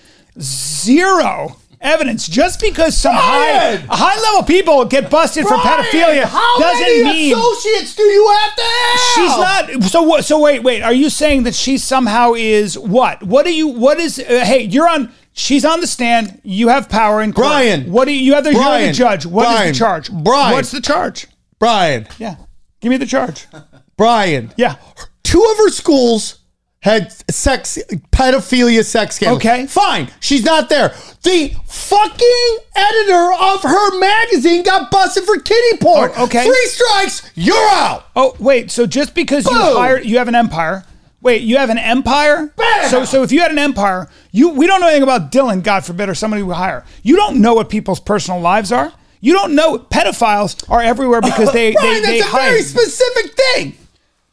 Speaker 4: zero evidence. Just because some high
Speaker 3: Brian!
Speaker 4: high level people get busted for pedophilia doesn't mean
Speaker 3: associates do you have to have?
Speaker 4: She's not. So what? So wait, wait. Are you saying that she somehow is what? What are you? What is? Uh, hey, you're on. She's on the stand. You have power in court.
Speaker 3: Brian.
Speaker 4: What do you? You have the, you're
Speaker 3: Brian.
Speaker 4: the judge. What is
Speaker 3: Brian.
Speaker 4: the charge?
Speaker 3: Brian.
Speaker 4: What's the charge?
Speaker 3: Brian.
Speaker 4: Yeah. Give me the charge.
Speaker 3: Brian. [LAUGHS]
Speaker 4: Yeah.
Speaker 3: Two of her schools had sex pedophilia sex scandals.
Speaker 4: Okay.
Speaker 3: Fine. She's not there. The fucking editor of her magazine got busted for kitty porn.
Speaker 4: Oh, okay.
Speaker 3: Three strikes, you're out.
Speaker 4: Oh wait. So just because you
Speaker 3: Boom.
Speaker 4: hire, you have an empire. Wait, you have an empire?
Speaker 3: Bam.
Speaker 4: So, so if you had an empire, you we don't know anything about Dylan, God forbid, or somebody we hire. You don't know what people's personal lives are. You don't know pedophiles are everywhere because
Speaker 3: [LAUGHS]
Speaker 4: they
Speaker 3: Brian,
Speaker 4: they, they
Speaker 3: that's a
Speaker 4: hire.
Speaker 3: very specific thing.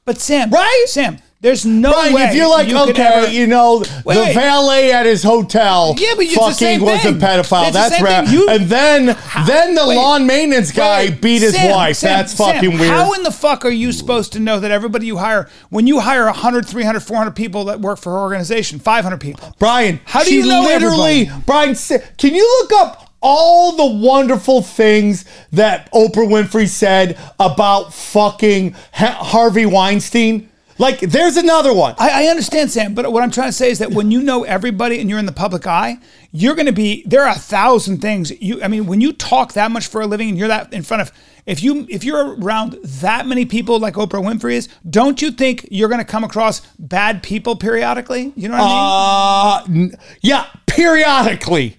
Speaker 4: But Sam,
Speaker 3: Right?
Speaker 4: Sam, there's no
Speaker 3: Brian,
Speaker 4: way.
Speaker 3: if you're like,
Speaker 4: you could
Speaker 3: okay,
Speaker 4: ever-
Speaker 3: you know, the
Speaker 4: wait.
Speaker 3: valet at his hotel
Speaker 4: Yeah, but it's the
Speaker 3: fucking
Speaker 4: same
Speaker 3: was
Speaker 4: thing.
Speaker 3: a pedophile.
Speaker 4: It's the
Speaker 3: That's
Speaker 4: same
Speaker 3: rare.
Speaker 4: thing. You-
Speaker 3: and then then the
Speaker 4: Wait.
Speaker 3: lawn maintenance guy
Speaker 4: Wait,
Speaker 3: beat his
Speaker 4: Sam,
Speaker 3: wife.
Speaker 4: Sam,
Speaker 3: That's
Speaker 4: Sam,
Speaker 3: fucking weird.
Speaker 4: How in the fuck are you supposed to know that everybody you hire, when you hire 100, 300, 400 people that work for her organization, 500 people?
Speaker 3: Brian,
Speaker 4: How do
Speaker 3: she
Speaker 4: you know
Speaker 3: literally
Speaker 4: everybody?
Speaker 3: Brian si- can you look up all the wonderful things that Oprah Winfrey said about fucking Ha- Harvey Weinstein? Like there's another one. Uh,
Speaker 4: I, I understand, Sam, but what I'm trying to say is that when you know everybody and you're in the public eye, you're going to be there are a thousand things. You, I mean, when you talk that much for a living and you're that in front of, if you if you're around that many people like Oprah Winfrey is, don't you think you're going to come across bad people periodically? You know what I mean?
Speaker 3: Uh n- yeah, periodically.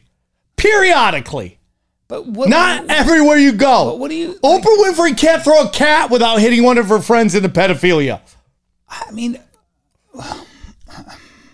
Speaker 3: Periodically.
Speaker 4: But what,
Speaker 3: Not everywhere you go.
Speaker 4: what do you-
Speaker 3: Oprah Winfrey can't throw a cat without hitting one of her friends into pedophilia.
Speaker 4: I mean,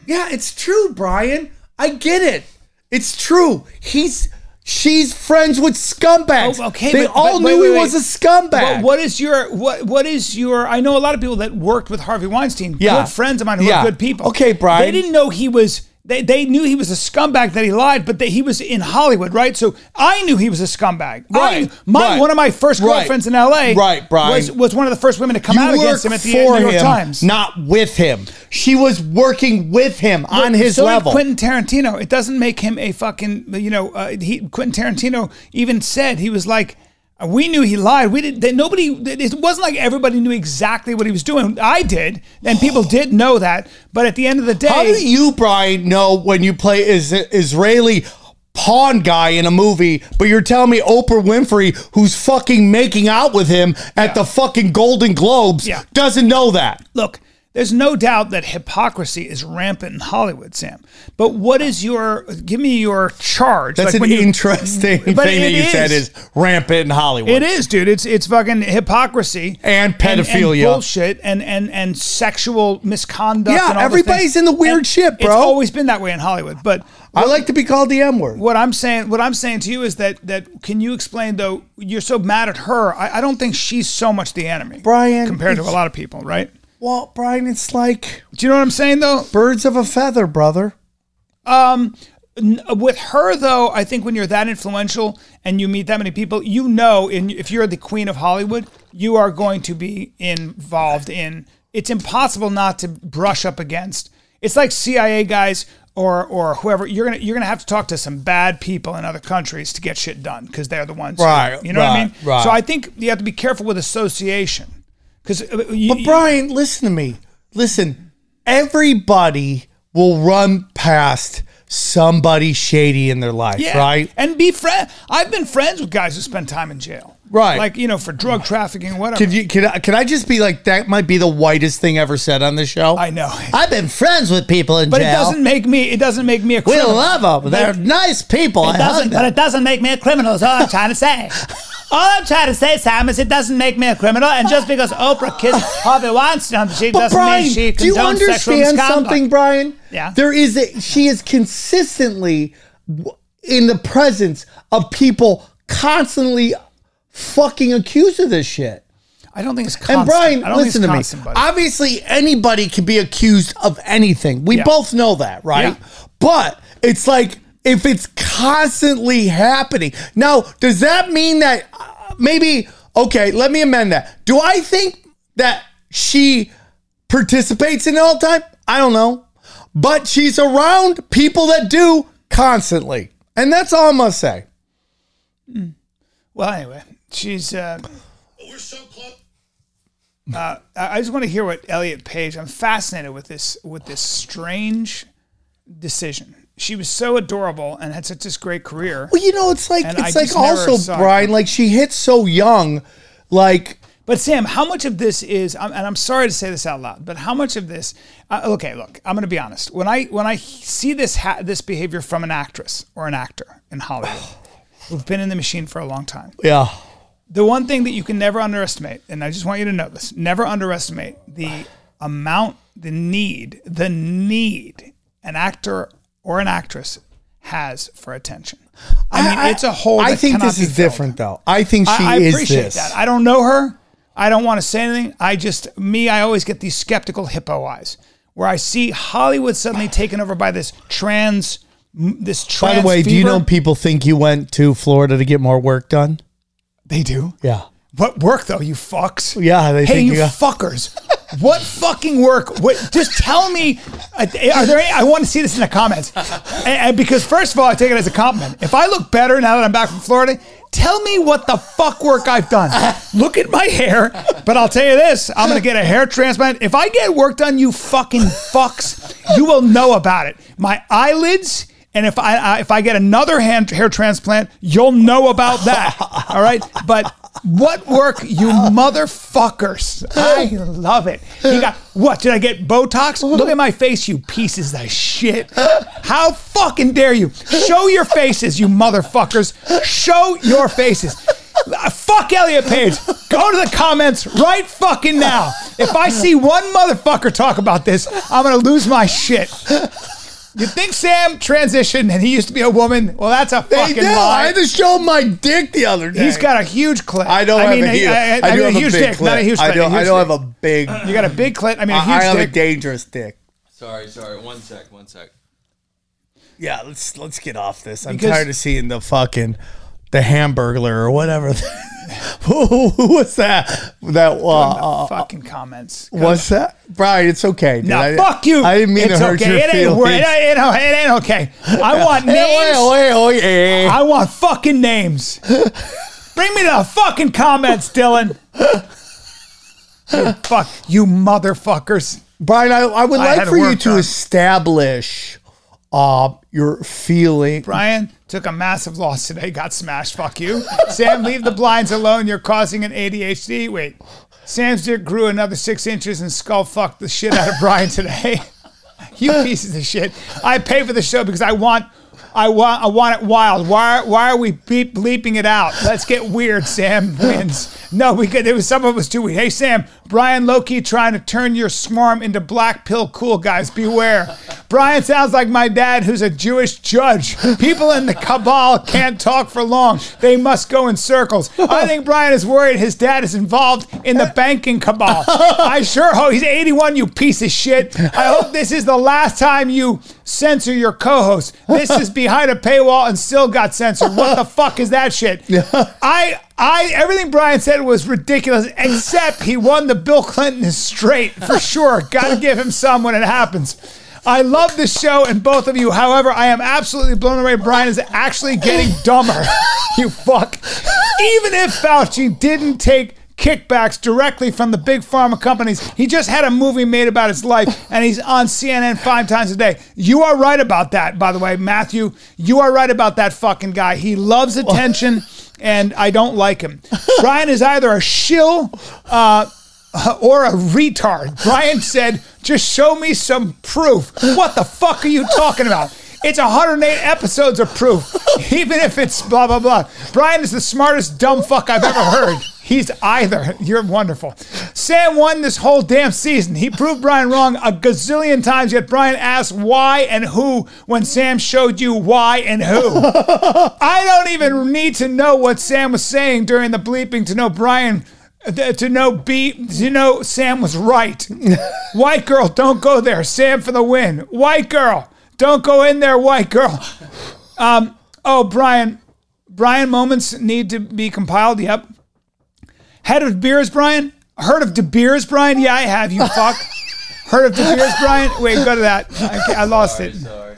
Speaker 3: Yeah, it's true, Brian. I get it. It's true. He's she's friends with scumbags.
Speaker 4: oh, okay.
Speaker 3: they
Speaker 4: but-
Speaker 3: all
Speaker 4: but
Speaker 3: knew
Speaker 4: wait,
Speaker 3: he
Speaker 4: wait,
Speaker 3: was a
Speaker 4: wait.
Speaker 3: scumbag.
Speaker 4: What, what is your what? What is your? I know a lot of people that worked with Harvey Weinstein.
Speaker 3: Yeah.
Speaker 4: good friends of mine who
Speaker 3: Yeah.
Speaker 4: are good people.
Speaker 3: Okay, Brian.
Speaker 4: They didn't know he was. They, they knew he was a scumbag that he lied, but that he was in Hollywood, right? So I knew he was a scumbag. I
Speaker 3: Right,
Speaker 4: knew- my
Speaker 3: right.
Speaker 4: one of my first
Speaker 3: Right.
Speaker 4: girlfriends in L.A.
Speaker 3: Right, Brian.
Speaker 4: was was one of the first women to come out against him at the uh, New York Times.
Speaker 3: not with him. She was working with him on his
Speaker 4: so did
Speaker 3: level.
Speaker 4: Quentin Tarantino. It doesn't make him a fucking you know. Uh, he Quentin Tarantino even said he was like. uh, We knew he lied. We didn't. That nobody. It wasn't like everybody knew exactly what he was doing. I did,
Speaker 3: [GASPS]
Speaker 4: and people did know that. But at the end of the day,
Speaker 3: How do you, Brian, know when you play is Israeli pawn guy in a movie, but you're telling me Oprah Winfrey, who's fucking making out with him at the fucking Golden Globes,
Speaker 4: Yeah.
Speaker 3: doesn't know that?
Speaker 4: look, there's no doubt that hypocrisy is rampant in Hollywood, Sam. But what is your? Give me your charge.
Speaker 3: That's
Speaker 4: Like,
Speaker 3: an
Speaker 4: when you-
Speaker 3: interesting thing
Speaker 4: [LAUGHS] But
Speaker 3: that you
Speaker 4: it
Speaker 3: said
Speaker 4: is.
Speaker 3: is rampant in Hollywood.
Speaker 4: It is, dude. It's it's fucking hypocrisy
Speaker 3: And pedophilia.
Speaker 4: bullshit, and and and sexual misconduct.
Speaker 3: Yeah,
Speaker 4: and all those
Speaker 3: everybody's
Speaker 4: things.
Speaker 3: in the weird
Speaker 4: And
Speaker 3: shit,
Speaker 4: It's
Speaker 3: bro.
Speaker 4: always been that way in Hollywood. But
Speaker 3: I like to be called the M word.
Speaker 4: what I'm saying, what I'm saying to you is that that can you explain though? You're so mad at her. I, I don't think she's so much the enemy,
Speaker 3: Brian,
Speaker 4: compared to a
Speaker 3: it's-
Speaker 4: lot of people, right?
Speaker 3: Well, Brian, it's like
Speaker 4: Do you know what I'm saying though?
Speaker 3: birds of a feather, brother.
Speaker 4: Um, n- with her though, I think when you're that influential and you meet that many people, you know, in, if you're the queen of Hollywood, you are going to be involved in. It's impossible not to brush up against. It's like CIA guys or or whoever. You're gonna you're gonna have to talk to some bad people in other countries to get shit done because they're the ones. who-
Speaker 3: Right,
Speaker 4: you know what I
Speaker 3: right,
Speaker 4: mean.
Speaker 3: right.
Speaker 4: So I think you have to be careful with association uh, because.
Speaker 3: But Brian, listen to me. Listen, everybody will run past somebody shady in their life, right?
Speaker 4: And be friend. I've been friends with guys who spend time in jail.
Speaker 3: Right.
Speaker 4: Like you know for drug trafficking, whatever.
Speaker 3: Can you can I, can I just be like that? Might be the whitest thing ever said on the show.
Speaker 4: I know.
Speaker 3: I've been friends with people in
Speaker 4: but
Speaker 3: jail.
Speaker 4: it doesn't make me. It doesn't make me a
Speaker 3: we
Speaker 4: criminal.
Speaker 3: love them. They're
Speaker 4: It
Speaker 3: nice people. I hug
Speaker 4: doesn't,
Speaker 3: them.
Speaker 4: but it doesn't make me a criminal. Is all I'm trying
Speaker 3: [LAUGHS]
Speaker 4: to say. All I'm trying to say, Sam, is it doesn't make me a criminal. And just because Oprah
Speaker 3: [LAUGHS]
Speaker 4: kissed Harvey Weinstein on the cheek
Speaker 3: But
Speaker 4: doesn't
Speaker 3: Brian,
Speaker 4: mean she
Speaker 3: do you
Speaker 4: condones sexual
Speaker 3: understand
Speaker 4: misconduct.
Speaker 3: something, Brian?
Speaker 4: Yeah.
Speaker 3: There is a, she is consistently w- in the presence of people constantly fucking accused of this shit.
Speaker 4: I don't think it's constant.
Speaker 3: And Brian,
Speaker 4: I don't
Speaker 3: listen
Speaker 4: think it's
Speaker 3: to me.
Speaker 4: constant, buddy.
Speaker 3: Obviously, anybody can be accused of anything. We
Speaker 4: Yeah.
Speaker 3: both know that, right?
Speaker 4: Yeah.
Speaker 3: But it's like if it's constantly happening. Now, does that mean that uh, maybe okay, let me amend that. Do I think that she participates in it all the time? I don't know. But she's around people that do constantly. And that's all I must say.
Speaker 4: Well, anyway, she's. Uh, Uh, I I just want to hear what Elliot Page. I'm fascinated with this with this strange decision. She was so adorable and had such this great career.
Speaker 3: Well, you know, it's like
Speaker 4: And I
Speaker 3: it's like
Speaker 4: just never
Speaker 3: also
Speaker 4: saw it.
Speaker 3: Brian, like she hits so young, like
Speaker 4: But Sam, how much of this is? I'm- And I'm sorry to say this out loud, but how much of this? Uh, okay, look, I'm going to be honest. When I when I see this ha- this behavior from an actress or an actor in Hollywood, [SIGHS] who've been in the machine for a long time,
Speaker 3: Yeah.
Speaker 4: the one thing that you can never underestimate, and I just want you to know this, never underestimate the amount, the need, the need an actor or an actress has for attention. I, mean, it's a whole.
Speaker 3: I
Speaker 4: that
Speaker 3: think
Speaker 4: cannot
Speaker 3: this
Speaker 4: be
Speaker 3: is
Speaker 4: filled.
Speaker 3: different, though. I think she
Speaker 4: I, I
Speaker 3: is
Speaker 4: appreciate
Speaker 3: this.
Speaker 4: that. I don't know her. I don't want to say anything. I just me. I always get these skeptical hippo eyes where I see Hollywood suddenly taken over by this trans. m- This trans.
Speaker 3: By the way, do you
Speaker 4: fever.
Speaker 3: know people think you went to Florida to get more work done?
Speaker 4: they do?
Speaker 3: Yeah.
Speaker 4: What work though, you fucks?
Speaker 3: Yeah, they
Speaker 4: hey,
Speaker 3: think
Speaker 4: you
Speaker 3: you got-
Speaker 4: fuckers. What fucking work? What? Just tell me. uh, Are there? Any, I want to see this in the comments, and, and because first of all, I take it as a compliment. If I look better now that I'm back from Florida, tell me what the fuck work I've done. Look at my hair. But I'll tell you this: I'm gonna get a hair transplant. If I get work done, you fucking fucks, you will know about it. My eyelids. And if I, I if I get another hand, hair transplant, you'll know about that. All right, but what work, you motherfuckers! I love it. You got what? Did I get Botox? Look at my face, you pieces of shit! How fucking dare you? Show your faces, you motherfuckers! Show your faces. Uh, Fuck Elliot Page. Go to the comments right fucking now. If I see one motherfucker talk about this, I'm gonna lose my shit. You think Sam transitioned and he used to be a woman? Well, that's a
Speaker 3: They
Speaker 4: fucking
Speaker 3: do. I
Speaker 4: lie.
Speaker 3: had to show my dick the other day.
Speaker 4: He's got a huge clit.
Speaker 3: I don't have a huge. I,
Speaker 4: I
Speaker 3: do
Speaker 4: mean,
Speaker 3: have a
Speaker 4: huge
Speaker 3: big
Speaker 4: dick, not a
Speaker 3: clit.
Speaker 4: huge
Speaker 3: I
Speaker 4: clit.
Speaker 3: don't.
Speaker 4: a
Speaker 3: I
Speaker 4: huge
Speaker 3: don't
Speaker 4: dick.
Speaker 3: have a big.
Speaker 4: You got a big clit. I mean,
Speaker 3: I
Speaker 4: a huge
Speaker 3: I have a
Speaker 4: dick.
Speaker 3: dangerous dick.
Speaker 5: Sorry, sorry. One sec, one sec.
Speaker 3: Yeah. Let's let's get off this. I'm
Speaker 4: Because-
Speaker 3: tired of seeing the fucking the Hamburglar or whatever. [LAUGHS] who, who was that? That uh,
Speaker 4: Oh, fucking comments.
Speaker 3: what's that? Brian, it's okay. dude.
Speaker 4: Now,
Speaker 3: I-
Speaker 4: fuck you.
Speaker 3: I didn't mean
Speaker 4: it's
Speaker 3: to hurt
Speaker 4: okay.
Speaker 3: your
Speaker 4: it Ain't,
Speaker 3: feelings.
Speaker 4: wor- it, ain't, it ain't okay. I want names.
Speaker 3: [LAUGHS] Hey, wait, wait, wait.
Speaker 4: I want fucking names. Bring me the fucking comments,
Speaker 3: [LAUGHS]
Speaker 4: Dylan. You fuck you, motherfuckers.
Speaker 3: Brian, I, I would
Speaker 4: I
Speaker 3: like
Speaker 4: had
Speaker 3: for you
Speaker 4: work
Speaker 3: to
Speaker 4: done.
Speaker 3: establish uh, your feeling.
Speaker 4: Brian took a massive loss today. Got smashed. Fuck you, Sam. Leave the blinds alone. You're causing an ADHD. Wait, Sam's dick grew another six inches and skull fucked the shit out of Brian today. [LAUGHS] you pieces of shit. I pay for the show because I want, I want, I want it wild. Why, why are we beep, bleeping it out? Let's get weird. Sam [LAUGHS] wins. No, we could. It was some of us too. weird. Hey, Sam, Brian Loki trying to turn your swarm into black pill cool guys. Beware. Brian sounds like my dad, who's a Jewish judge. People in the cabal can't talk for long. They must go in circles. I think Brian is worried his dad is involved in the banking cabal. I sure hope he's 81, you piece of shit. I hope this is the last time you censor your co host. This is behind a paywall and still got censored. What the fuck is that shit? I. I everything Brian said was ridiculous, except he won the Bill Clinton is straight for sure. Gotta give him some when it happens. I love this show and both of you. However, I am absolutely blown away. Brian is actually getting dumber. you fuck. Even if Fauci didn't take kickbacks directly from the big pharma companies, he just had a movie made about his life and he's on CNN five times a day. You are right about that, by the way, Matthew. You are right about that fucking guy. He loves attention and I don't like him. Brian is either a shill uh, or a retard. Brian said, just show me some proof. What the fuck are you talking about? It's 108 episodes of proof, [LAUGHS] even if it's blah, blah, blah. Brian is the smartest dumb fuck I've ever heard. He's either. You're wonderful. Sam won this whole damn season. He proved Brian wrong a gazillion times, yet Brian asked why and who when Sam showed you why and who. I don't even need to know what Sam was saying during the bleeping to know Brian. uh, th- To know B, to know Sam was right. White girl, don't go there. Sam for the win. White girl, don't go in there. White girl. Um. Oh, Brian. Brian moments need to be compiled. Yep. Head of De Beers, Brian. Heard of De Beers, Brian? Yeah, I have. You fuck. Heard of De Beers, Brian? Wait, go to that. I, I lost it.
Speaker 5: Sorry.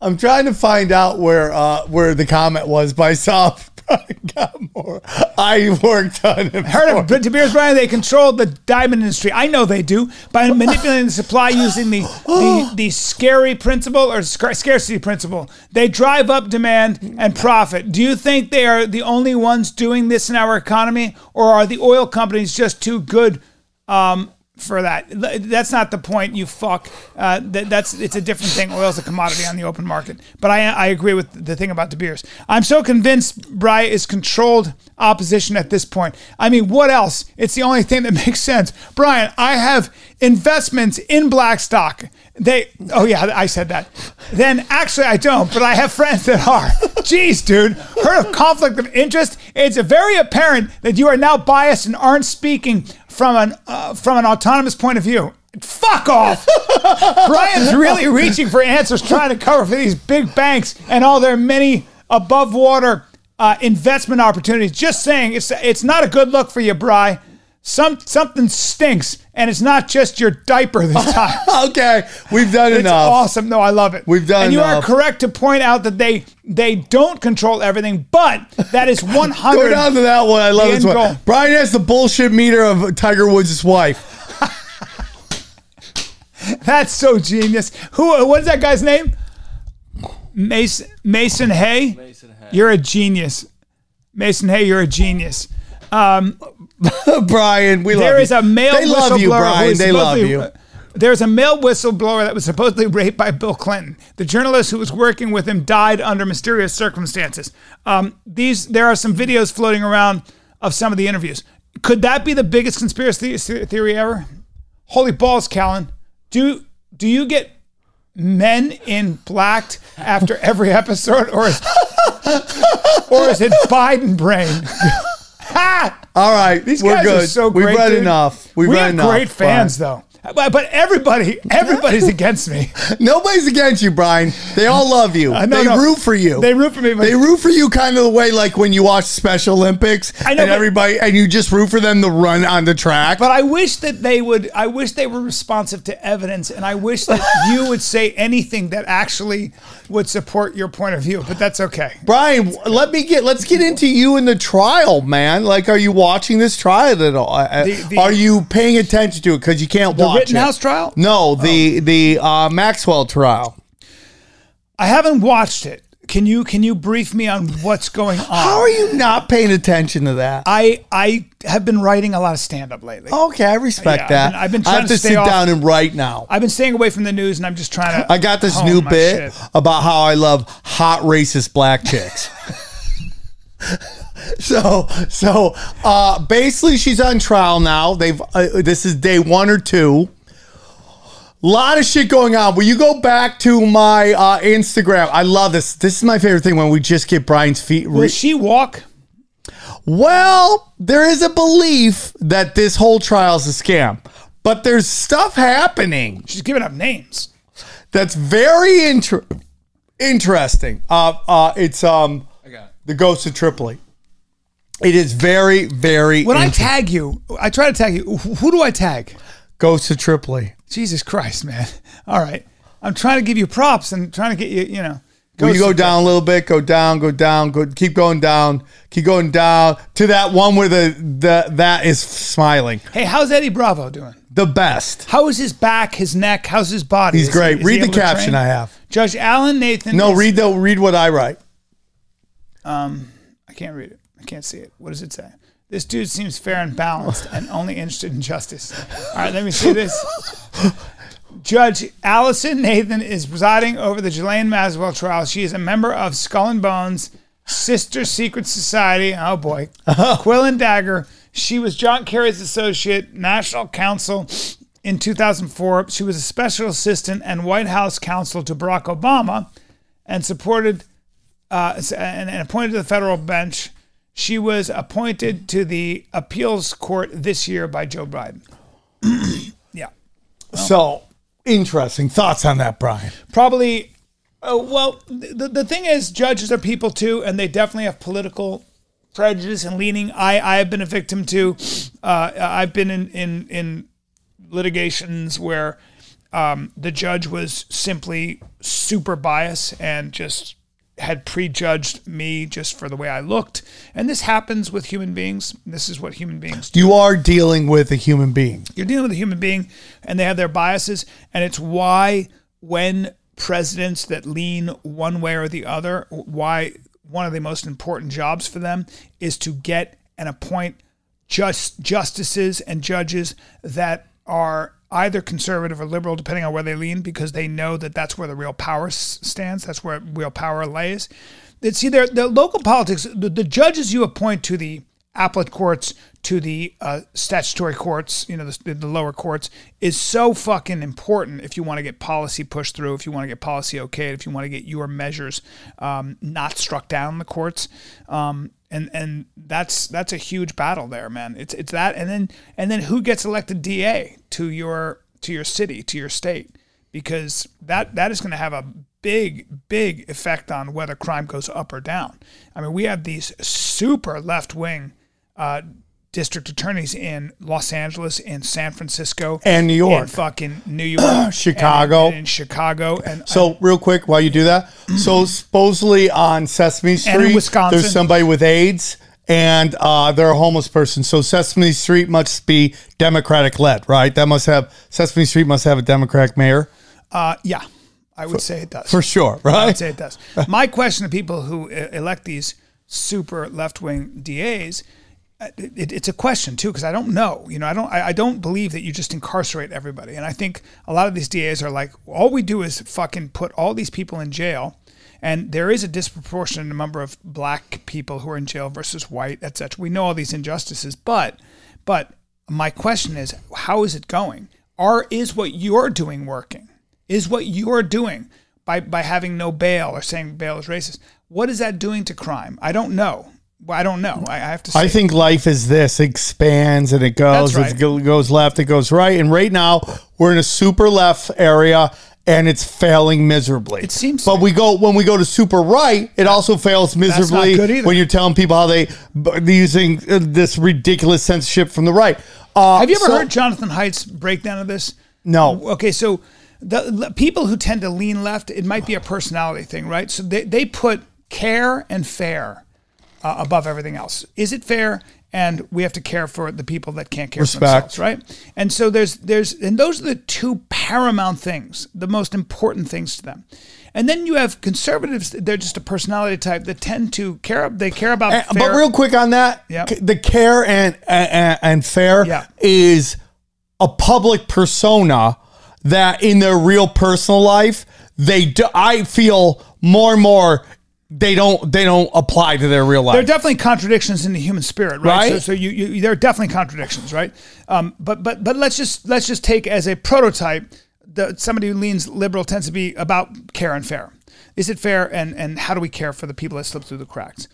Speaker 3: I'm trying to find out where uh, where the comment was by [LAUGHS] Soft. I got more. I worked on it.
Speaker 4: Heard of De Beers, Brian? They control the diamond industry. I know they do by manipulating the supply using the the, the scary principle or scar- scarcity principle. They drive up demand and profit. Do you think they are the only ones doing this in our economy, or are the oil companies just too good? Um, for that, Th- that's not the point. You fuck. Uh, that, that's it's a different thing. Oil's a commodity on the open market. But I I agree with the thing about De Beers. I'm so convinced Bry is controlled opposition at this point. I mean, what else? It's the only thing that [LAUGHS] makes sense. Brian, I have investments in Blackstock. They oh yeah, I said that. Then actually I don't, but I have friends that are. Jeez, dude. Heard of conflict of interest? It's very apparent that you are now biased and aren't speaking from an uh, from an autonomous point of view. Fuck off. Brian's really reaching for answers, trying to cover for these big banks and all their many above water uh, investment opportunities. Just saying, it's it's not a good look for you, Bry. Some something stinks, and it's not just your diaper this time.
Speaker 3: Okay, we've done
Speaker 4: It's
Speaker 3: enough.
Speaker 4: awesome. No, I love it.
Speaker 3: We've done
Speaker 4: And you
Speaker 3: enough.
Speaker 4: are correct to point out that they they don't control everything, but
Speaker 3: [LAUGHS]
Speaker 4: that is one
Speaker 3: Go down
Speaker 4: hundred.
Speaker 3: to that one. I love
Speaker 4: The
Speaker 3: this
Speaker 4: end
Speaker 3: one.
Speaker 4: goal.
Speaker 3: Brian has the bullshit meter of Tiger Woods'
Speaker 4: [LAUGHS]
Speaker 3: wife.
Speaker 4: That's so genius. Who? What is that guy's name? Mason Mason Hay. Mason Hay. You're a genius, Mason Hay. You're a genius. Um,
Speaker 3: Brian, we love
Speaker 4: There
Speaker 3: you.
Speaker 4: is a male
Speaker 3: They love you,
Speaker 4: whistleblower who
Speaker 3: Brian.
Speaker 4: is
Speaker 3: They love
Speaker 4: supposedly-
Speaker 3: you.
Speaker 4: There's a male whistleblower that was supposedly raped by Bill Clinton. The journalist who was working with him died under mysterious circumstances. Um, these there are some videos floating around of some of the interviews. Could that be the biggest conspiracy the- theory ever? Holy balls, Callan. Do do you get men in blacked after every episode, or is, or is it Biden brain? [LAUGHS] ha!
Speaker 3: All right,
Speaker 4: These
Speaker 3: we're
Speaker 4: guys
Speaker 3: good.
Speaker 4: are so
Speaker 3: We've
Speaker 4: great.
Speaker 3: read
Speaker 4: dude.
Speaker 3: enough. We've
Speaker 4: we
Speaker 3: read
Speaker 4: have
Speaker 3: enough.
Speaker 4: great fans, though. But, but
Speaker 3: [LAUGHS]
Speaker 4: everybody, everybody's against me.
Speaker 3: though. Nobody's against you, Brian. They all love you.
Speaker 4: know,
Speaker 3: they
Speaker 4: no.
Speaker 3: root for you.
Speaker 4: They root for me, but-
Speaker 3: They root for you kind of the way like when you watch Special Olympics
Speaker 4: I know,
Speaker 3: and
Speaker 4: but-
Speaker 3: everybody and you just root for them to run on the track.
Speaker 4: But I wish that they would. I wish they were responsive to evidence, and I wish that [LAUGHS] you would say anything that actually would support your point of view. But that's okay.
Speaker 3: Brian, let me get let's get into you in the trial, man. Like, are you watching this trial at all? Uh,
Speaker 4: The- the-
Speaker 3: are you paying attention to it because you can't
Speaker 4: The
Speaker 3: watch
Speaker 4: Rittenhouse
Speaker 3: it?
Speaker 4: trial? Oh.
Speaker 3: No, the the uh, Maxwell trial.
Speaker 4: I haven't watched it. Can you can you brief me on what's going on?
Speaker 3: How are you not paying attention to that?
Speaker 4: I I have been writing a lot of stand up lately.
Speaker 3: okay, I respect
Speaker 4: Yeah,
Speaker 3: that.
Speaker 4: I've been- I've been
Speaker 3: I
Speaker 4: trying
Speaker 3: have
Speaker 4: to
Speaker 3: to
Speaker 4: stay
Speaker 3: sit
Speaker 4: off-
Speaker 3: down and write now.
Speaker 4: I've been staying away from the news, and I'm just trying to.
Speaker 3: I got this
Speaker 4: hone
Speaker 3: new
Speaker 4: Oh, my
Speaker 3: bit
Speaker 4: shit.
Speaker 3: about how I love hot racist black
Speaker 4: [LAUGHS]
Speaker 3: chicks. so, so uh, basically, she's on trial now. They've uh, this is day one or two. lot of shit going on. Will you go back to my uh, Instagram? I love this. This is my favorite thing when we just get Brian's feet. re-
Speaker 4: Will she walk?
Speaker 3: Well, there is a belief that this whole trial's a scam, but there's stuff happening
Speaker 4: She's giving up names.
Speaker 3: that's very inter- interesting. Uh, uh, it's um, the Ghost of Tripoli. It is very, very.
Speaker 4: When I
Speaker 3: inter-
Speaker 4: tag you, I try to tag you. Who do I tag?
Speaker 3: Ghost of Tripoli.
Speaker 4: Jesus Christ, man. [LAUGHS] All right. I'm trying to give you props and trying to get you, you know.
Speaker 3: Will you go
Speaker 4: some-
Speaker 3: down a little bit? Go down, go down, go keep going down, keep going down to that one where the, the that is smiling.
Speaker 4: Hey, how's Eddie Bravo doing?
Speaker 3: The best.
Speaker 4: How is his back, his neck? How's his body?
Speaker 3: He's
Speaker 4: Is he-
Speaker 3: great.
Speaker 4: is he
Speaker 3: read the
Speaker 4: able to
Speaker 3: caption
Speaker 4: train?
Speaker 3: I have.
Speaker 4: Judge Alan Nathan.
Speaker 3: No,
Speaker 4: is-
Speaker 3: read the read what I write.
Speaker 4: I can't read it. I can't see it. What does it say? This dude seems fair and balanced and only interested in justice. All right, let me see this. Judge Allison Nathan is presiding over the Jelaine Maswell trial. She is a member of Skull and Bones Sister Secret Society. Oh boy, Quill and Dagger. She was John Kerry's associate, national counsel in 2004. She was a special assistant and White House counsel to Barack Obama, and supported uh, and, and appointed to the federal bench. She was appointed to the appeals court this year by Joe Biden. yeah.
Speaker 3: So interesting thoughts on that, Brian.
Speaker 4: probably uh, well th- the, the thing is judges are people too and they definitely have political prejudice and leaning i i have been a victim too uh, i've been in in in litigations where um, the judge was simply super biased and just had prejudged me just for the way I looked. And this happens with human beings. This is what human beings do
Speaker 3: You are dealing with a human being.
Speaker 4: you're dealing with a human being and they have their biases and it's why when presidents that lean one way or the other why one of the most important jobs for them is to get and appoint just justices and judges that are either conservative or liberal depending on where they lean because they know that that's where the real power s- stands that's where real power lays It's- see their the local politics the, the judges you appoint to the appellate courts to the uh, statutory courts, you know, the, the lower courts, is so fucking important if you want to get policy pushed through, if you want to get policy okayed, if you want to get your measures um, not struck down in the courts. Um, and and that's that's a huge battle there, man. It's it's that, and then and then who gets elected DA to your to your city to your state because that that is going to have a big big effect on whether crime goes up or down. I mean, we have these super left wing uh, district attorneys in Los Angeles, in San Francisco,
Speaker 3: And New
Speaker 4: in
Speaker 3: York.
Speaker 4: fucking
Speaker 3: [CLEARS THROAT]
Speaker 4: New York,
Speaker 3: Chicago.
Speaker 4: and, and in Chicago, and
Speaker 3: So real quick, while you do that, [CLEARS THROAT] so supposedly on Sesame Street,
Speaker 4: in Wisconsin.
Speaker 3: there's somebody with AIDS, and uh, they're a homeless person. So Sesame Street must be Democratic led, right? That must have Sesame Street must have a Democratic mayor
Speaker 4: uh, yeah, I would say it does
Speaker 3: for sure,
Speaker 4: I
Speaker 3: right?
Speaker 4: would say it does. My question to people who e- elect these super left wing DAs, uh, it, it's a question too because I don't know. You know, I don't. I, I don't believe that you just incarcerate everybody. And I think a lot of these DAs are like, all we do is fucking put all these people in jail. And there is a disproportionate number of black people who are in jail versus white, etc. We know all these injustices, but but my question is, how is it going? Are is what you're doing working? Is what you're doing by by having no bail or saying bail is racist? What is that doing to crime? I don't know. Well, I don't know. I, I have to. Say.
Speaker 3: I think life is this it expands and it goes,
Speaker 4: That's
Speaker 3: it go- goes left, it goes right, and right now we're in a super left area. And it's failing miserably.
Speaker 4: It seems
Speaker 3: but
Speaker 4: so.
Speaker 3: we go when we go to super right, it also fails miserably.
Speaker 4: good either.
Speaker 3: When you're telling people how they b- using uh, this ridiculous censorship from the right. Uh,
Speaker 4: Have you ever
Speaker 3: so-
Speaker 4: heard Jonathan Haidt's breakdown of this?
Speaker 3: No.
Speaker 4: Okay, so the, the people who tend to lean left, it might be a personality thing, right? So they, they put care and fair uh, above everything else. Is it fair? And we have to care for the people that can't care for
Speaker 3: Respect.
Speaker 4: themselves, right? And so there's there's and those are the two paramount things, the most important things to them. And then you have conservatives; they're just a personality type that tend to care. They care about.
Speaker 3: And-
Speaker 4: fair.
Speaker 3: Eh, But real quick on that,
Speaker 4: Yep.
Speaker 3: c- the care and and, and fair
Speaker 4: Yeah.
Speaker 3: is a public persona that in their real personal life they do, I feel more and more they don't they don't apply to their real life.
Speaker 4: There are definitely contradictions in the human spirit, right? So,
Speaker 3: Right?
Speaker 4: so you, you, there are definitely contradictions, right? Um, but but but let's just let's just take as a prototype the, somebody who leans liberal tends to be about care and fair. Is it fair, and and how do we care for the people that slip through the cracks?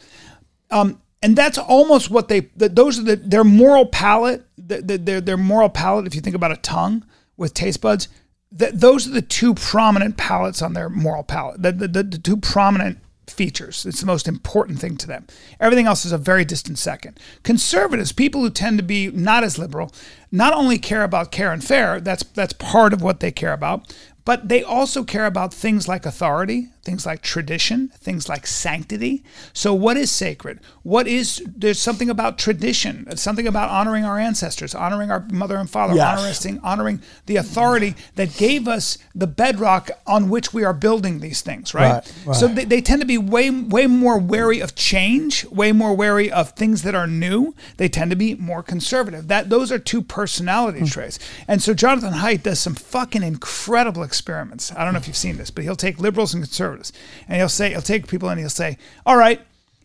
Speaker 4: Um, and that's almost what they. That those are the, their moral palate. The, the, their their moral palate. If you think about a tongue with taste buds, that those are the two prominent palates on their moral palate. The, the, the, the two prominent features. It's the most important thing to them. Everything else is a very distant second. Conservatives, people who tend to be not as liberal, not only care about care and fair, that's that's part of what they care about, but they also care about things like authority, things like tradition, things like sanctity. So what is sacred? What is there's something about tradition, there's something about honoring our ancestors, honoring our mother and father,
Speaker 3: Yes.
Speaker 4: honoring honoring the authority that gave us the bedrock on which we are building these things, right?
Speaker 3: Right, right.
Speaker 4: So they, they tend to be way way more wary of change, way more wary of things that are new. They tend to be more conservative. That those are two personality traits. And so Jonathan Haidt does some fucking incredible experiments. I don't know if you've seen this, but he'll take liberals and conservatives, and he'll say he'll take people and he'll say, "All right,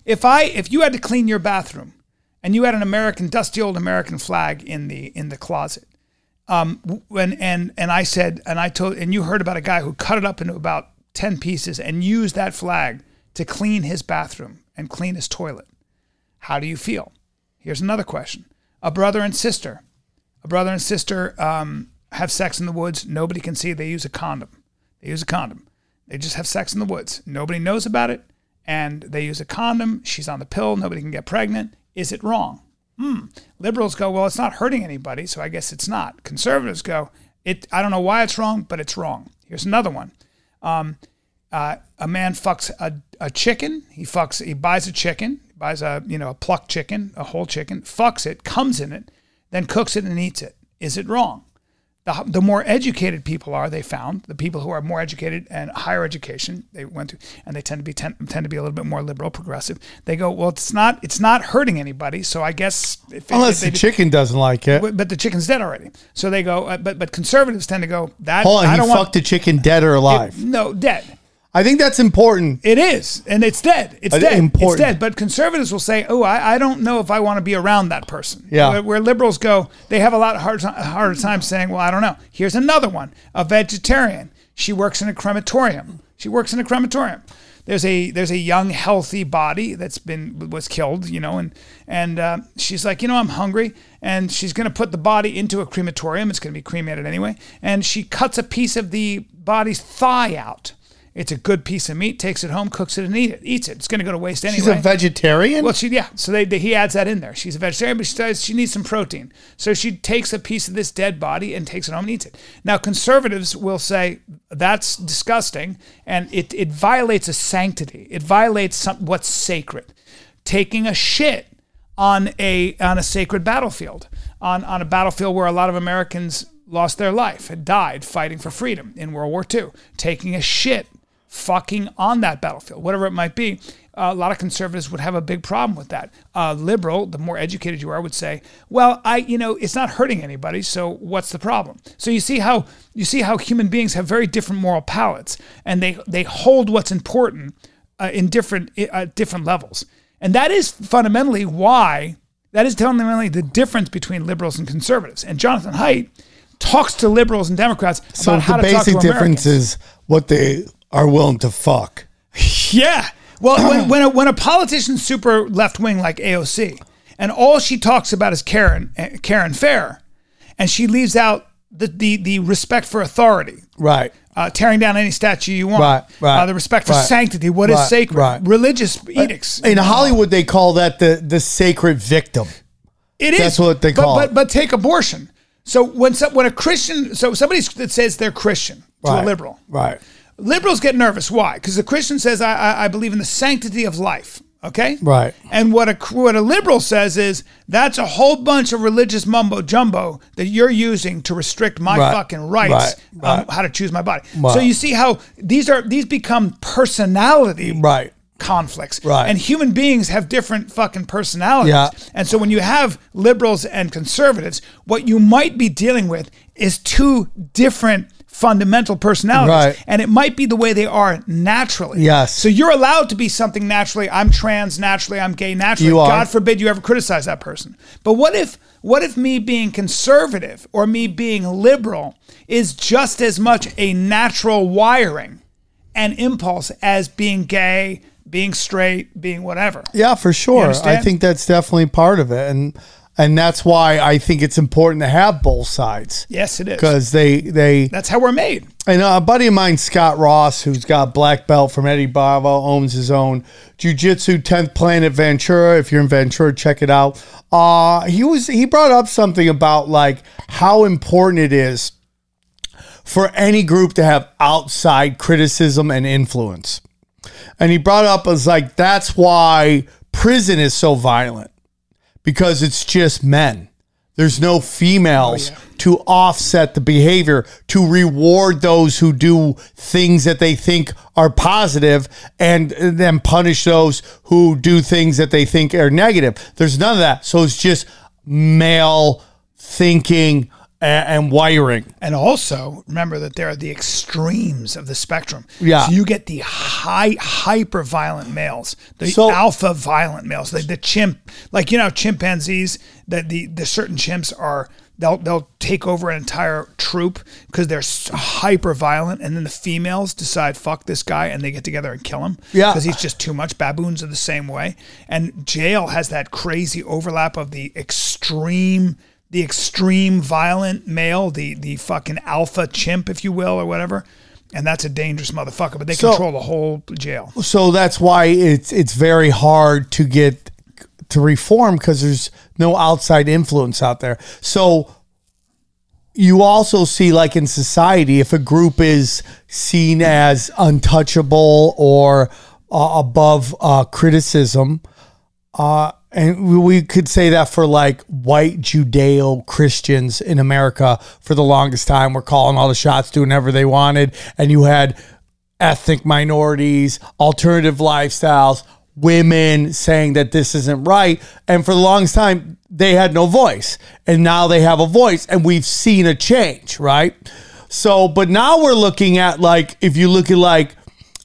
Speaker 4: if I if you had to clean your bathroom, and you had an American dusty old American flag in the in the closet." when and and I said and I told and you heard about a guy who cut it up into about 10 pieces and used that flag to clean his bathroom and clean his toilet. How do you feel? Here's another question. A brother and sister. A brother and sister um, have sex in the woods. Nobody can see. They use a condom. They use a condom. They just have sex in the woods. Nobody knows about it. And they use a condom. She's on the pill. Nobody can get pregnant. Is it wrong? liberals go, well, it's not hurting anybody, so I guess it's not. Conservatives go, it. I don't know why it's wrong, but it's wrong. Here's another one. Um, uh, a man fucks a, a chicken. He fucks. He buys a chicken. Buys a you know a plucked chicken, a whole chicken. Fucks it, comes in it, then cooks it and eats it. Is it wrong? the, the more educated people are, they found the people who are more educated and higher education they went to, and they tend to be tend, tend to be a little bit more liberal, progressive. They go, well, it's not it's not hurting anybody, so I guess if,
Speaker 3: Unless
Speaker 4: if
Speaker 3: the
Speaker 4: they-
Speaker 3: chicken doesn't like it.
Speaker 4: but, but the chicken's dead already. So they go, uh, but but conservatives tend to go that
Speaker 3: Hold on,
Speaker 4: I
Speaker 3: he
Speaker 4: don't
Speaker 3: fucked
Speaker 4: want
Speaker 3: the chicken dead or alive.
Speaker 4: no dead.
Speaker 3: I think that's important.
Speaker 4: It is, and it's dead. It's
Speaker 3: Uh,
Speaker 4: dead.
Speaker 3: important.
Speaker 4: It's dead. But conservatives will say, "Oh, I, I don't know if I want to be around that person."
Speaker 3: Yeah.
Speaker 4: Where, where liberals go, they have a lot hard ti- harder time saying, "Well, I don't know." Here's another one: a vegetarian. She works in a crematorium. She works in a crematorium. There's a there's a young healthy body that's been was killed, you know, and and uh, she's like, you know, I'm hungry, and she's gonna put the body into a crematorium. It's gonna be cremated anyway, and she cuts a piece of the body's thigh out. It's a good piece of meat. Takes it home, cooks it, and eat it. Eats it. It's going to go to waste anyway.
Speaker 3: He's a vegetarian.
Speaker 4: Well, she yeah. So they, they- he adds that in there. She's a vegetarian, but she says she needs some protein. So she takes a piece of this dead body and takes it home and eats it. Now conservatives will say that's disgusting and it it violates a sanctity. It violates some, what's sacred. Taking a shit on a on a sacred battlefield on on a battlefield where a lot of Americans lost their life and died fighting for freedom in World War II. Taking a shit fucking on that battlefield, whatever it might be. a lot of conservatives would have a big problem with that. A liberal, the more educated you are, would say, "Well, I, you know, it's not hurting anybody, so what's the problem?" So you see how you see how human beings have very different moral palates, and they they hold what's important uh, in different uh, different levels, and that is fundamentally why that is fundamentally the difference between liberals and conservatives. And Jonathan Haidt talks to liberals and Democrats
Speaker 3: so
Speaker 4: about how
Speaker 3: the
Speaker 4: to talk to
Speaker 3: basic difference
Speaker 4: Americans.
Speaker 3: is what they are willing to fuck.
Speaker 4: Yeah. Well, when, [CLEARS THROAT] when, a, when a politician's super left wing like AOC, and all she talks about is Karen eh, Karen Fair, and she leaves out the the, the respect for authority,
Speaker 3: Right.
Speaker 4: uh, tearing down any statue you want,
Speaker 3: Right, right,
Speaker 4: uh, the respect for
Speaker 3: right,
Speaker 4: sanctity, what is
Speaker 3: right,
Speaker 4: sacred,
Speaker 3: right.
Speaker 4: religious edicts.
Speaker 3: In Hollywood, they call that the the sacred victim.
Speaker 4: It is.
Speaker 3: That's what they
Speaker 4: but,
Speaker 3: call
Speaker 4: But,
Speaker 3: it.
Speaker 4: but take abortion. So when some, when a Christian, so somebody that says they're Christian to
Speaker 3: Right.
Speaker 4: a liberal,
Speaker 3: Right.
Speaker 4: liberals get nervous. Why? Because the Christian says, I, I, I believe in the sanctity of life. Okay.
Speaker 3: Right.
Speaker 4: And what a what a liberal says is that's a whole bunch of religious mumbo jumbo that you're using to restrict my
Speaker 3: Right.
Speaker 4: fucking rights,
Speaker 3: Right. Right.
Speaker 4: Um, how to choose my body. So
Speaker 3: Right.
Speaker 4: you see how these are these become personality
Speaker 3: Right.
Speaker 4: conflicts.
Speaker 3: Right.
Speaker 4: And human beings have different fucking personalities.
Speaker 3: Yeah.
Speaker 4: And so when you have liberals and conservatives, what you might be dealing with is two different fundamental
Speaker 3: Right.
Speaker 4: personalities. And it might be the way they are naturally.
Speaker 3: Yes.
Speaker 4: So you're allowed to be something naturally. I'm trans naturally. I'm gay naturally.
Speaker 3: You are.
Speaker 4: God forbid you ever criticize that person. But what if What if me being conservative or me being liberal is just as much a natural wiring and impulse as being gay, being straight, being whatever?
Speaker 3: Yeah, for sure. I
Speaker 4: understand?
Speaker 3: think that's definitely part of it, and and that's why I think it's important to have both sides
Speaker 4: Yes, it is.
Speaker 3: because they they
Speaker 4: That's how we're made.
Speaker 3: And uh, a buddy of mine, Scott Ross, who's got black belt from Eddie Bravo, owns his own Jiu-Jitsu 10th Planet Ventura. If you're in Ventura, check it out. Uh, he was he brought up something about like how important it is for any group to have outside criticism and influence. And he brought up as like that's why prison is so violent because it's just men. There's no females to offset the behavior, to reward those who do things that they think are positive and then punish those who do things that they think are negative. There's none of that. So it's just male thinking a- and wiring.
Speaker 4: And also remember that there are the extremes of the spectrum.
Speaker 3: Yeah.
Speaker 4: So you get the high hyper violent males, the
Speaker 3: So-
Speaker 4: alpha violent males, like the chimp, like you know chimpanzees. That the the certain chimps are they'll they'll take over an entire troop because they're hyper violent, and then the females decide fuck this guy and they get together and kill him.
Speaker 3: Yeah.
Speaker 4: Because he's just too much. Baboons are the same way, and jail has that crazy overlap of the extreme the extreme violent male, the the fucking alpha chimp, if you will, or whatever. And that's a dangerous motherfucker. But they
Speaker 3: So-
Speaker 4: control the whole jail.
Speaker 3: So that's why it's it's very hard to get to reform because there's no outside influence out there. So you also see like in society if a group is seen as untouchable or uh, above uh, criticism uh, and we- we could say that for like white Judeo Christians in America for the longest time, were calling all the shots, doing whatever they wanted, and you had ethnic minorities, alternative lifestyles, women saying that this isn't right, and for the longest time they had no voice, and now they have a voice, and we've seen a change, right? So, but now we're looking at like if you look at like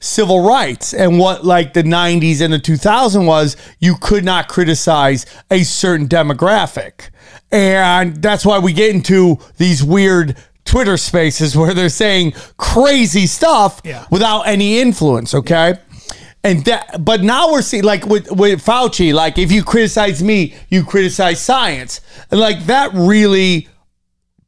Speaker 3: civil rights and what like the 90s and the 2000 was you could not criticize a certain demographic and that's why we get into these weird twitter spaces where they're saying crazy stuff
Speaker 4: Yeah.
Speaker 3: without any influence okay and that but now we're seeing like with with fauci like if you criticize me you criticize science and like that really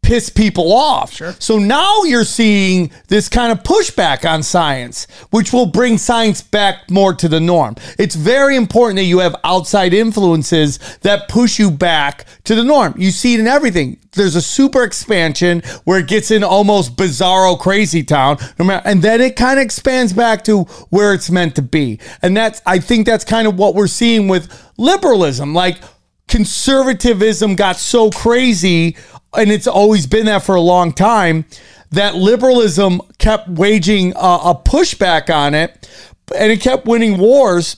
Speaker 3: piss people off. Sure. So now you're seeing this kind of pushback on science, which will bring science back more to the norm. It's very important that you have outside influences that push you back to the norm. You see it in everything. There's a super expansion where it gets in almost bizarro crazy town, no matter, and then it kind of expands back to where it's meant to be. And that's I think that's kind of what we're seeing with liberalism. Like conservatism got so crazy, and it's always been that for a long time, that liberalism kept waging a, a pushback on it, and it kept winning wars.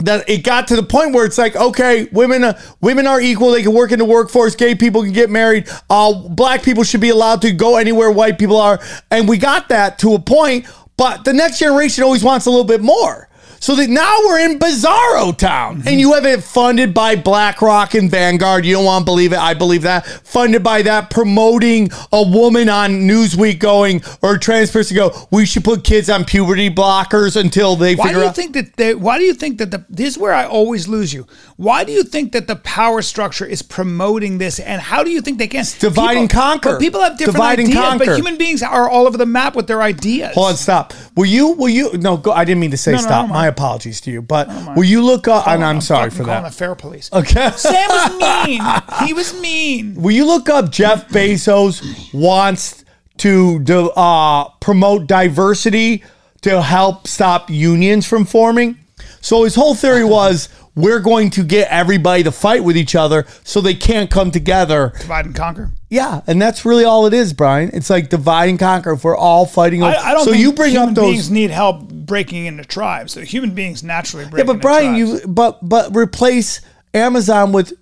Speaker 3: That it got to the point where it's like, okay, women, uh, women are equal. They can work in the workforce. Gay people can get married. Uh, black people should be allowed to go anywhere white people are. And we got that to a point, but the next generation always wants a little bit more. So that now we're in Bizarro Town,
Speaker 4: Mhm.
Speaker 3: and you have it funded by BlackRock and Vanguard. You don't want to believe it. I believe that. Funded by that, promoting a woman on Newsweek going or a trans person go. We should put kids on puberty blockers until they
Speaker 4: Why do
Speaker 3: figure
Speaker 4: you
Speaker 3: out.
Speaker 4: think that they, why do you think that the this is where I always lose you. Why do you think that the power structure is promoting this and how do you think they can
Speaker 3: divide and conquer.
Speaker 4: But people have different
Speaker 3: Divide and
Speaker 4: ideas, but
Speaker 3: conquer.
Speaker 4: human beings are all over the map with their ideas.
Speaker 3: Hold on, stop. Will you? Will you? No, go. I didn't mean to say
Speaker 4: no, I
Speaker 3: stop.
Speaker 4: don't
Speaker 3: My apologies to you, but will you look up? And I'm, sorry
Speaker 4: fucking
Speaker 3: for
Speaker 4: calling
Speaker 3: that.
Speaker 4: the fair police.
Speaker 3: Okay.
Speaker 4: Sam was mean. he was mean.
Speaker 3: [LAUGHS] Will you look up Jeff Bezos wants to do, uh, promote diversity to help stop unions from forming? So his whole
Speaker 4: [LAUGHS]
Speaker 3: theory was we're going to get everybody to fight with each other so they can't come together.
Speaker 4: Divide and conquer.
Speaker 3: Yeah, and that's really all it is, Brian. It's like divide and conquer. If we're all fighting, over-
Speaker 4: I, I don't
Speaker 3: so
Speaker 4: think
Speaker 3: you bring
Speaker 4: human
Speaker 3: up those
Speaker 4: beings need help breaking into tribes. So human beings naturally break
Speaker 3: Yeah, but
Speaker 4: into
Speaker 3: Brian,
Speaker 4: tribes.
Speaker 3: you but but replace Amazon with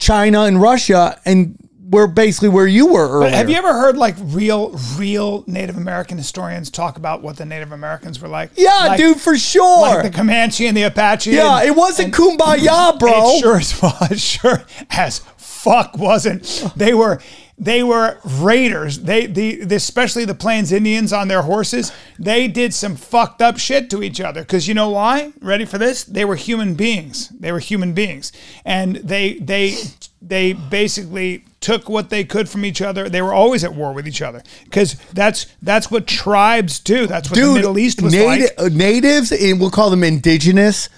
Speaker 3: China and Russia, and we're basically where you were earlier.
Speaker 4: Have you ever heard like real, real Native American historians talk about what the Native Americans were like?
Speaker 3: yeah,
Speaker 4: Like-
Speaker 3: dude, for sure.
Speaker 4: Like the Comanche and the Apache.
Speaker 3: yeah,
Speaker 4: and-
Speaker 3: it wasn't
Speaker 4: and-
Speaker 3: kumbaya, bro.
Speaker 4: [LAUGHS] It sure as was. Sure as fuck wasn't. They were they were raiders. They the especially the Plains Indians on their horses. They did some fucked up shit to each other. Cause you know why? Ready for this? They were human beings. They were human beings, and they they they basically took what they could from each other. They were always at war with each other because that's that's what tribes do. That's what the
Speaker 3: dude,
Speaker 4: Middle East was
Speaker 3: nati-
Speaker 4: like.
Speaker 3: uh, natives, and we'll call them indigenous.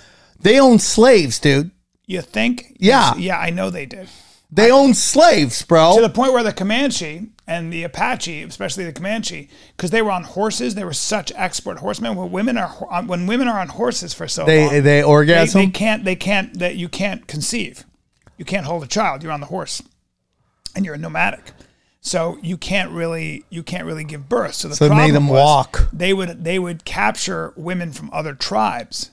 Speaker 3: They own slaves, dude.
Speaker 4: You think?
Speaker 3: Yeah.
Speaker 4: yeah. I know they did.
Speaker 3: They own slaves, bro.
Speaker 4: to the point where the Comanche and the Apache, especially the Comanche, because they were on horses, they were such expert horsemen. When women are ho- on- when women are on horses for so
Speaker 3: They-
Speaker 4: long,
Speaker 3: they
Speaker 4: they,
Speaker 3: orgasm?
Speaker 4: can't they can't that you can't conceive, you can't hold a child. You're on the horse, and you're a nomadic, so you can't really you can't really give birth. So the
Speaker 3: So they made
Speaker 4: problem
Speaker 3: them
Speaker 4: was
Speaker 3: walk.
Speaker 4: They would they would capture women from other tribes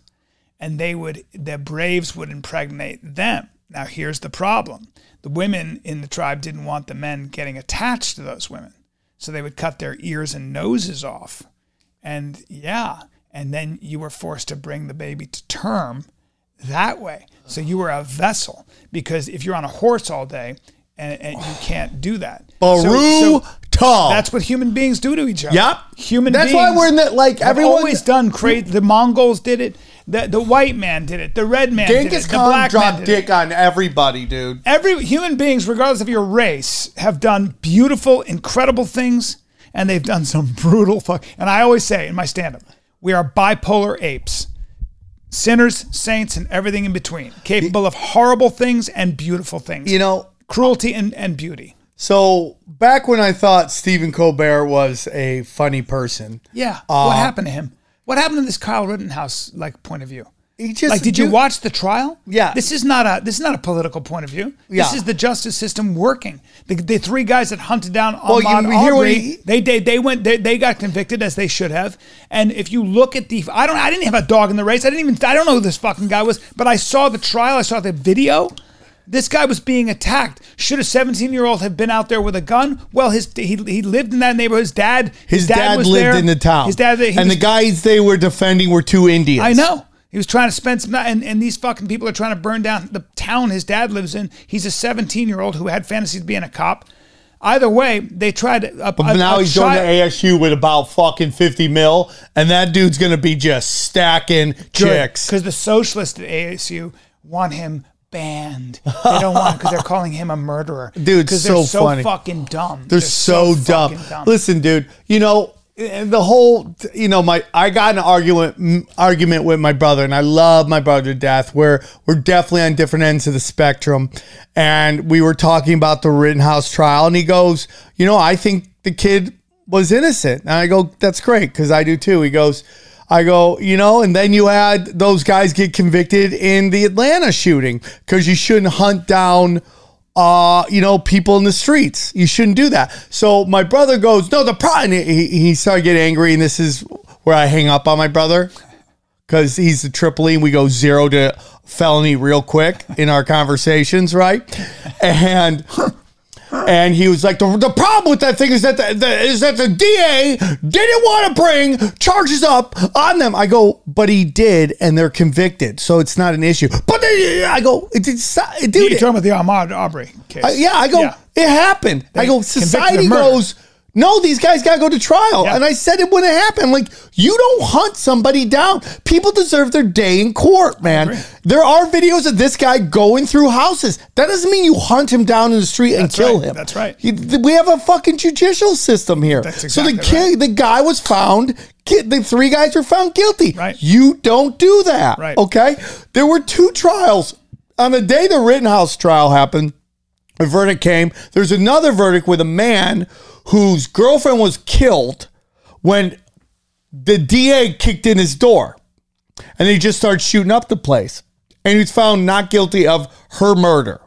Speaker 4: and they would the braves would impregnate them. Now here's the problem. The women in the tribe didn't want the men getting attached to those women. So they would cut their ears and noses off. And yeah, and then you were forced to bring the baby to term that way. So you were a vessel because if you're on a horse all day and, and
Speaker 3: Oh.
Speaker 4: you can't do that. So-
Speaker 3: Baru
Speaker 4: so
Speaker 3: Tal.
Speaker 4: that's what human beings do to each other.
Speaker 3: Yep.
Speaker 4: Human
Speaker 3: That's
Speaker 4: beings.
Speaker 3: why we're in that, like,
Speaker 4: have
Speaker 3: everyone-
Speaker 4: always done crazy. The Mongols did it. The, the white man did it. The red man did it.
Speaker 3: Genghis
Speaker 4: The
Speaker 3: Khan
Speaker 4: black man
Speaker 3: dropped
Speaker 4: did it.
Speaker 3: dick on everybody, dude.
Speaker 4: Every human beings, regardless of your race, have done beautiful, incredible things, and they've done some [LAUGHS] brutal fuck. And I always say in my stand-up, we are bipolar apes. Sinners, saints, and everything in between, capable of horrible things and beautiful things.
Speaker 3: You know,
Speaker 4: cruelty and, and beauty.
Speaker 3: so back when I thought Stephen Colbert was a funny person,
Speaker 4: Yeah.
Speaker 3: Uh,
Speaker 4: what happened to him? What happened to this Kyle Rittenhouse like point of view?
Speaker 3: he just
Speaker 4: like, did you
Speaker 3: dude,
Speaker 4: watch the trial?
Speaker 3: Yeah.
Speaker 4: This is not a this is not a political point of view.
Speaker 3: Yeah.
Speaker 4: This is the justice system working. The, the three guys that hunted down
Speaker 3: Well, you
Speaker 4: Ahmaud
Speaker 3: hear what
Speaker 4: Arbery,
Speaker 3: he-
Speaker 4: they, they they went they, they got convicted as they should have. And if you look at the I don't I didn't have a dog in the race. I didn't even I don't know who this fucking guy was, but I saw the trial. I saw the video. This guy was being attacked. Should a 17 year old have been out there with a gun? Well, his he, he lived in that neighborhood. His dad
Speaker 3: His dad, lived
Speaker 4: there.
Speaker 3: in the town.
Speaker 4: His dad he
Speaker 3: and
Speaker 4: was-
Speaker 3: the guys they were defending were two Indians.
Speaker 4: I know. He was trying to spend some and, and these fucking people are trying to burn down the town his dad lives in. He's a 17 year old who had fantasies of being a cop. Either way, they tried. uh, A,
Speaker 3: But
Speaker 4: a-
Speaker 3: now
Speaker 4: a
Speaker 3: he's
Speaker 4: child-
Speaker 3: going to ASU with about fucking 50 mil, and that dude's going to be just stacking chicks.
Speaker 4: Because the socialists at ASU want him banned. They don't want him because they're calling him a murderer.
Speaker 3: [LAUGHS] Dude,
Speaker 4: 'Cause
Speaker 3: so
Speaker 4: they're so
Speaker 3: funny.
Speaker 4: fucking dumb.
Speaker 3: They're, so, dumb.
Speaker 4: fucking
Speaker 3: Listen, dude, you know and the whole, you know, my I got in an argument m- argument with my brother, and I love my brother to death. We're we're definitely on different ends of the spectrum, and we were talking about the Rittenhouse trial, and he goes, you know, I think the kid was innocent, and I go, that's great because I do too. He goes. I go, you know, and then you had those guys get convicted in the Atlanta shooting because you shouldn't hunt down uh, you know, people in the streets. You shouldn't do that. So my brother goes, no, the problem. He, he started getting angry, and this is where I hang up on my brother because he's a triple E. And we go zero to felony real quick in our conversations, right? And and he was like, the, the problem with that thing is that the, the, is that the DA didn't want to bring charges up on them. I go, but he did, and they're convicted, so it's not an issue. But they, I go, it, it's not, dude.
Speaker 4: You're
Speaker 3: it-
Speaker 4: talking about the Ahmad Aubrey case.
Speaker 3: I- Uh, yeah, I go,
Speaker 4: Yeah.
Speaker 3: it happened. I go,
Speaker 4: convicted
Speaker 3: society
Speaker 4: of murder.
Speaker 3: goes, no, these guys got to go to trial.
Speaker 4: Yeah.
Speaker 3: And I said it wouldn't happen. Like, you don't hunt somebody down. People deserve their day in court, man. There are videos of this guy going through houses. That doesn't mean you hunt him down in the street and
Speaker 4: That's
Speaker 3: kill
Speaker 4: right.
Speaker 3: him.
Speaker 4: That's right.
Speaker 3: You- th- We have a fucking judicial system here.
Speaker 4: That's
Speaker 3: so the
Speaker 4: exactly
Speaker 3: kid,
Speaker 4: right.
Speaker 3: the guy was found. Ki- the three guys were found guilty.
Speaker 4: Right.
Speaker 3: You don't do that.
Speaker 4: Right.
Speaker 3: Okay. There were two trials. On the day the Rittenhouse trial happened, a verdict came. There's another verdict with a man whose girlfriend was killed when the DA kicked in his door and he just started shooting up the place. And he's found not guilty of her murder.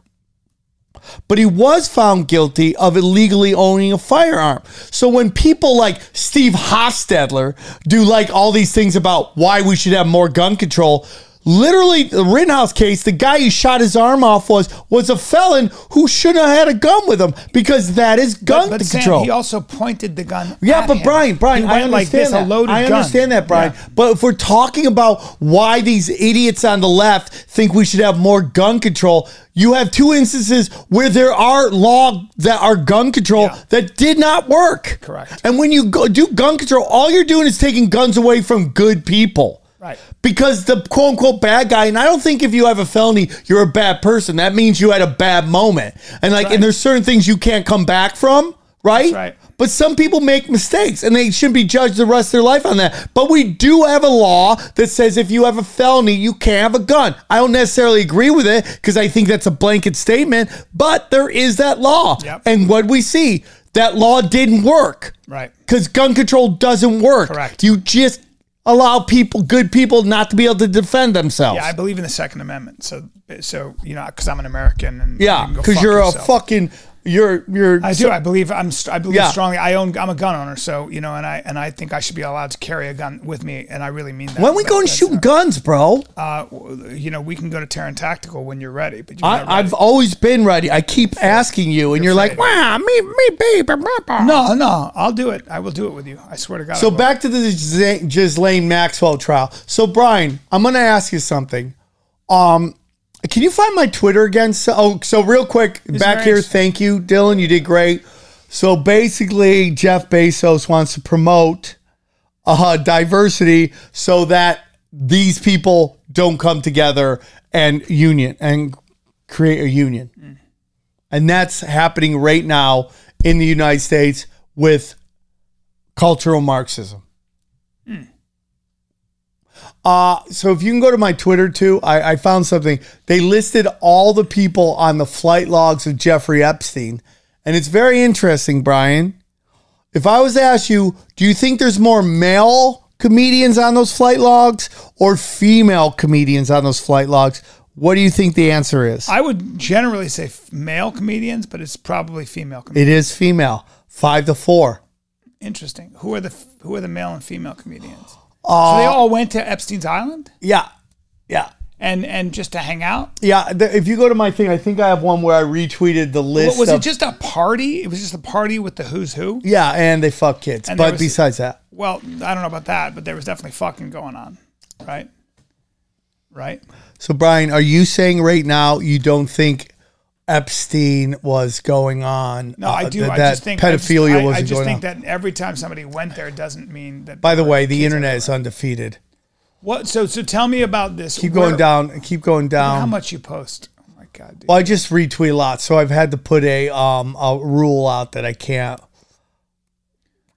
Speaker 3: But he was found guilty of illegally owning a firearm. So when people like Steve Hofstadler do like all these things about why we should have more gun control, Literally, the Rittenhouse case, the guy who shot his arm off was was a felon who shouldn't have had a gun with him because that is gun
Speaker 4: but Sam,
Speaker 3: control.
Speaker 4: he also pointed the gun.
Speaker 3: yeah,
Speaker 4: at
Speaker 3: but
Speaker 4: him.
Speaker 3: Brian, Brian,
Speaker 4: He
Speaker 3: I
Speaker 4: went
Speaker 3: understand
Speaker 4: like this,
Speaker 3: that.
Speaker 4: a loaded
Speaker 3: I
Speaker 4: gun.
Speaker 3: understand that, Brian.
Speaker 4: Yeah.
Speaker 3: But if we're talking about why these idiots on the left think we should have more gun control, you have two instances where there are law that are gun control
Speaker 4: Yeah.
Speaker 3: that did not work.
Speaker 4: Correct.
Speaker 3: And when you go, do gun control, all you're doing is taking guns away from good people.
Speaker 4: Right.
Speaker 3: Because the quote unquote bad guy, and I don't think if you have a felony, you're a bad person. That means you had a bad moment. And like,
Speaker 4: right.
Speaker 3: and there's certain things you can't come back from, right?
Speaker 4: right.
Speaker 3: But some people make mistakes and they shouldn't be judged the rest of their life on that. But we do have a law that says if you have a felony, you can't have a gun. I don't necessarily agree with it because I think that's a blanket statement, but there is that law.
Speaker 4: Yep.
Speaker 3: And what we see, that law didn't work.
Speaker 4: Right.
Speaker 3: Because gun control doesn't work.
Speaker 4: Correct.
Speaker 3: You just allow people, good people, not to be able to defend themselves.
Speaker 4: Yeah, I believe in the Second Amendment. So, so you know, because I'm an American, and
Speaker 3: Yeah,
Speaker 4: you can go
Speaker 3: because
Speaker 4: fuck
Speaker 3: you're
Speaker 4: yourself.
Speaker 3: a fucking, you're, you're,
Speaker 4: I do. I believe I'm. st- I believe
Speaker 3: Yeah.
Speaker 4: strongly. I own. I'm a gun owner, so you know, and I and I think I should be allowed to carry a gun with me, and I really mean that.
Speaker 3: when we
Speaker 4: That-
Speaker 3: go and
Speaker 4: that's
Speaker 3: shoot
Speaker 4: not-
Speaker 3: guns, bro?
Speaker 4: uh, w- you know, we can go to Terran Tactical when you're ready. But you're not
Speaker 3: I,
Speaker 4: ready.
Speaker 3: I've always been ready. I keep asking you, and you're, like, wow, me, me, baby. blah, blah."
Speaker 4: no, no, I'll do it. I will do it with you. I swear to God. I
Speaker 3: So
Speaker 4: will.
Speaker 3: back to the Ghislaine- Ghislaine Maxwell trial. So Brian, I'm gonna ask you something. Um, can you find my Twitter again? So, oh, so real quick, back
Speaker 4: there
Speaker 3: here.
Speaker 4: any-
Speaker 3: Thank you, Dylan. You did great. So basically, Jeff Bezos wants to promote uh, diversity so that these people don't come together and union and create a union. And that's happening right now in the United States with cultural Marxism. Uh, so if you can go to my Twitter too, I, I found something. They listed all the people on the flight logs of Jeffrey Epstein. And it's very interesting, Brian. If I was to ask you, do you think there's more male comedians on those flight logs or female comedians on those flight logs? What do you think the answer is?
Speaker 4: I would generally say f- male comedians, but it's probably female comedians.
Speaker 3: It is female, five to four.
Speaker 4: Interesting. Who are the f- who are the male and female comedians?
Speaker 3: Uh,
Speaker 4: so they all went to Epstein's Island
Speaker 3: Yeah, yeah,
Speaker 4: and and just to hang out.
Speaker 3: yeah. The, if you go to my thing, I think I have one where I retweeted the list.
Speaker 4: What, was
Speaker 3: of,
Speaker 4: it just a party? It was just a party with the who's who.
Speaker 3: Yeah, and they fuck kids.
Speaker 4: And there
Speaker 3: but
Speaker 4: was-
Speaker 3: besides that,
Speaker 4: Well, I don't know about that, but there was definitely fucking going on, right? Right.
Speaker 3: so Brian, are you saying right now you don't think Epstein was going on?
Speaker 4: No, I do.
Speaker 3: Uh, That,
Speaker 4: I
Speaker 3: that
Speaker 4: just think I just-
Speaker 3: pedophilia
Speaker 4: I-
Speaker 3: wasn't
Speaker 4: I just
Speaker 3: going
Speaker 4: think
Speaker 3: on.
Speaker 4: that every time somebody went there doesn't mean that.
Speaker 3: By the way, the internet is undefeted.
Speaker 4: What? So so tell me about this.
Speaker 3: Keep going
Speaker 4: Where-
Speaker 3: down. Keep going down.
Speaker 4: How much you post? Oh my god, dude.
Speaker 3: Well, I just retweet a lot, so I've had to put a um a rule out that I can't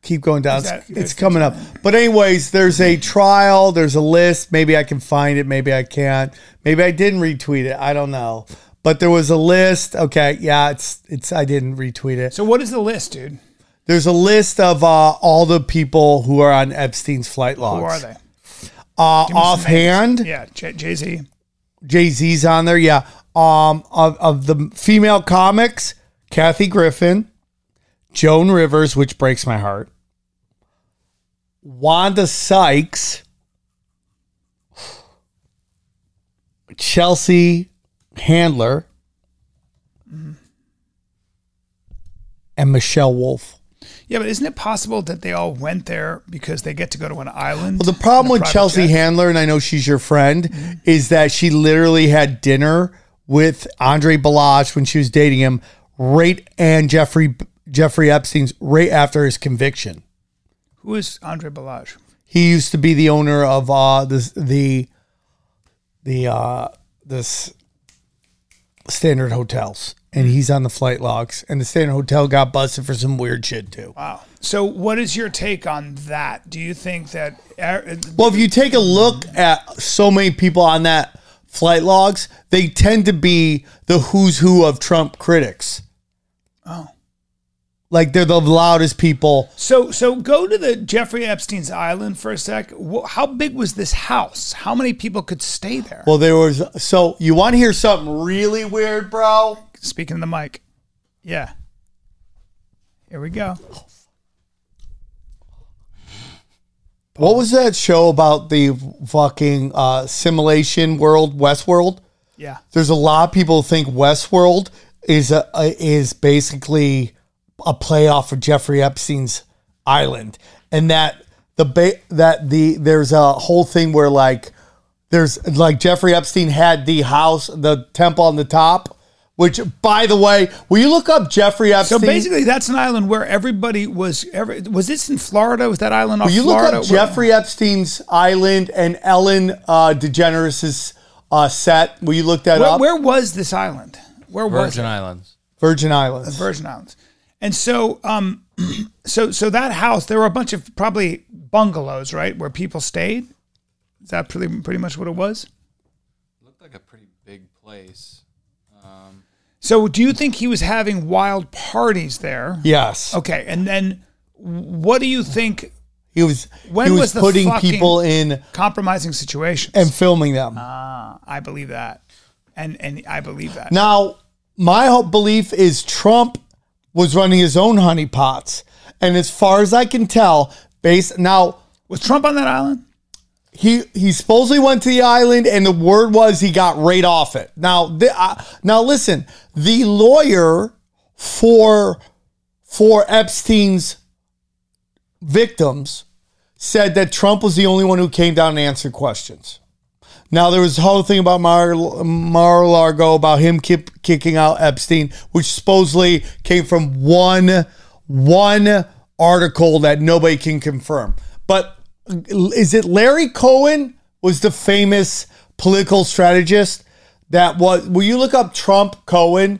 Speaker 3: keep going down.
Speaker 4: that-
Speaker 3: it's it's coming up. But anyways, there's a trial, there's a list. Maybe I can find it, maybe I can't. Maybe I didn't retweet it. I don't know. But there was a list. Okay, yeah, it's it's I didn't retweet it.
Speaker 4: So what is the list, dude?
Speaker 3: There's a list of uh, all the people who are on Epstein's flight logs.
Speaker 4: Who are they?
Speaker 3: Uh,
Speaker 4: me some
Speaker 3: offhand,
Speaker 4: Yeah, J- Jay Z.
Speaker 3: Jay Z's on there. Yeah. Um, of, of the female comics, Kathy Griffin, Joan Rivers, which breaks my heart, Wanda Sykes, Chelsea Handler, and Michelle Wolf.
Speaker 4: Yeah, but isn't it possible that they all went there because they get to go to an island?
Speaker 3: Well, the problem
Speaker 4: in a
Speaker 3: with
Speaker 4: private
Speaker 3: Chelsea
Speaker 4: jet?
Speaker 3: Handler, and I know she's your friend, is that she literally had dinner with Andre Balazs when she was dating him, right and Jeffrey Jeffrey Epstein's right after his conviction.
Speaker 4: Who is Andre Balaj?
Speaker 3: He used to be the owner of uh this the the uh this Standard Hotels, and he's on the flight logs. And the Standard Hotel got busted for some weird shit too.
Speaker 4: Wow. So, what is your take on that? Do you think that? er-
Speaker 3: Well, if you take a look at so many people on that flight logs, they tend to be the who's who of Trump critics.
Speaker 4: Oh.
Speaker 3: Like they're the loudest people.
Speaker 4: So, so go to the Jeffrey Epstein's island for a sec. Wh- How big was this house? How many people could stay there?
Speaker 3: Well, there was so you want to hear something really weird, bro?
Speaker 4: Speaking of the mic, yeah. Here we go.
Speaker 3: What was that show about the fucking uh, simulation world, Westworld?
Speaker 4: Yeah.
Speaker 3: There's a lot of people who think Westworld is a, a is basically a playoff of Jeffrey Epstein's island, and that the ba- that the there's a whole thing where like there's like Jeffrey Epstein had the house, the temple on the top. Which, by the way, will you look up Jeffrey
Speaker 4: So
Speaker 3: Epstein?
Speaker 4: basically, that's an island where everybody was. Every, was this in Florida? Was that island off
Speaker 3: Well, you
Speaker 4: Florida?
Speaker 3: look up Jeffrey Epstein's island and Ellen uh, DeGeneres' uh, set. Will you look that
Speaker 4: Where,
Speaker 3: up?
Speaker 4: where was this island? Where was
Speaker 5: Virgin
Speaker 4: it?
Speaker 5: Islands.
Speaker 3: Virgin Islands.
Speaker 4: Virgin Islands. And so, um, [CLEARS THROAT] so so that house, there were a bunch of probably bungalows, right, where people stayed. Is that pretty pretty much what it was?
Speaker 5: Looked like a pretty big place.
Speaker 4: So, do you think he was having wild parties there?
Speaker 3: yes.
Speaker 4: Okay, and then what do you think?
Speaker 3: He was.
Speaker 4: When
Speaker 3: he was,
Speaker 4: was the
Speaker 3: putting
Speaker 4: fucking-
Speaker 3: people in Uh,
Speaker 4: Compromising situations.
Speaker 3: and filming them.
Speaker 4: I believe that, and and I believe that.
Speaker 3: now, my whole belief is Trump was running his own honeypots, and as far as I can tell, based now.
Speaker 4: Was Trump on that island?
Speaker 3: he he supposedly went to the island, and the word was he got right off it. Now, the, uh, now listen, the lawyer for for Epstein's victims said that Trump was the only one who came down and answered questions. Now there was the whole thing about Mar Mar-a-Largo about him kip, kicking out Epstein, which supposedly came from one one article that nobody can confirm. But is it Larry Cohen was the famous political strategist that was? Will you look up Trump Cohen?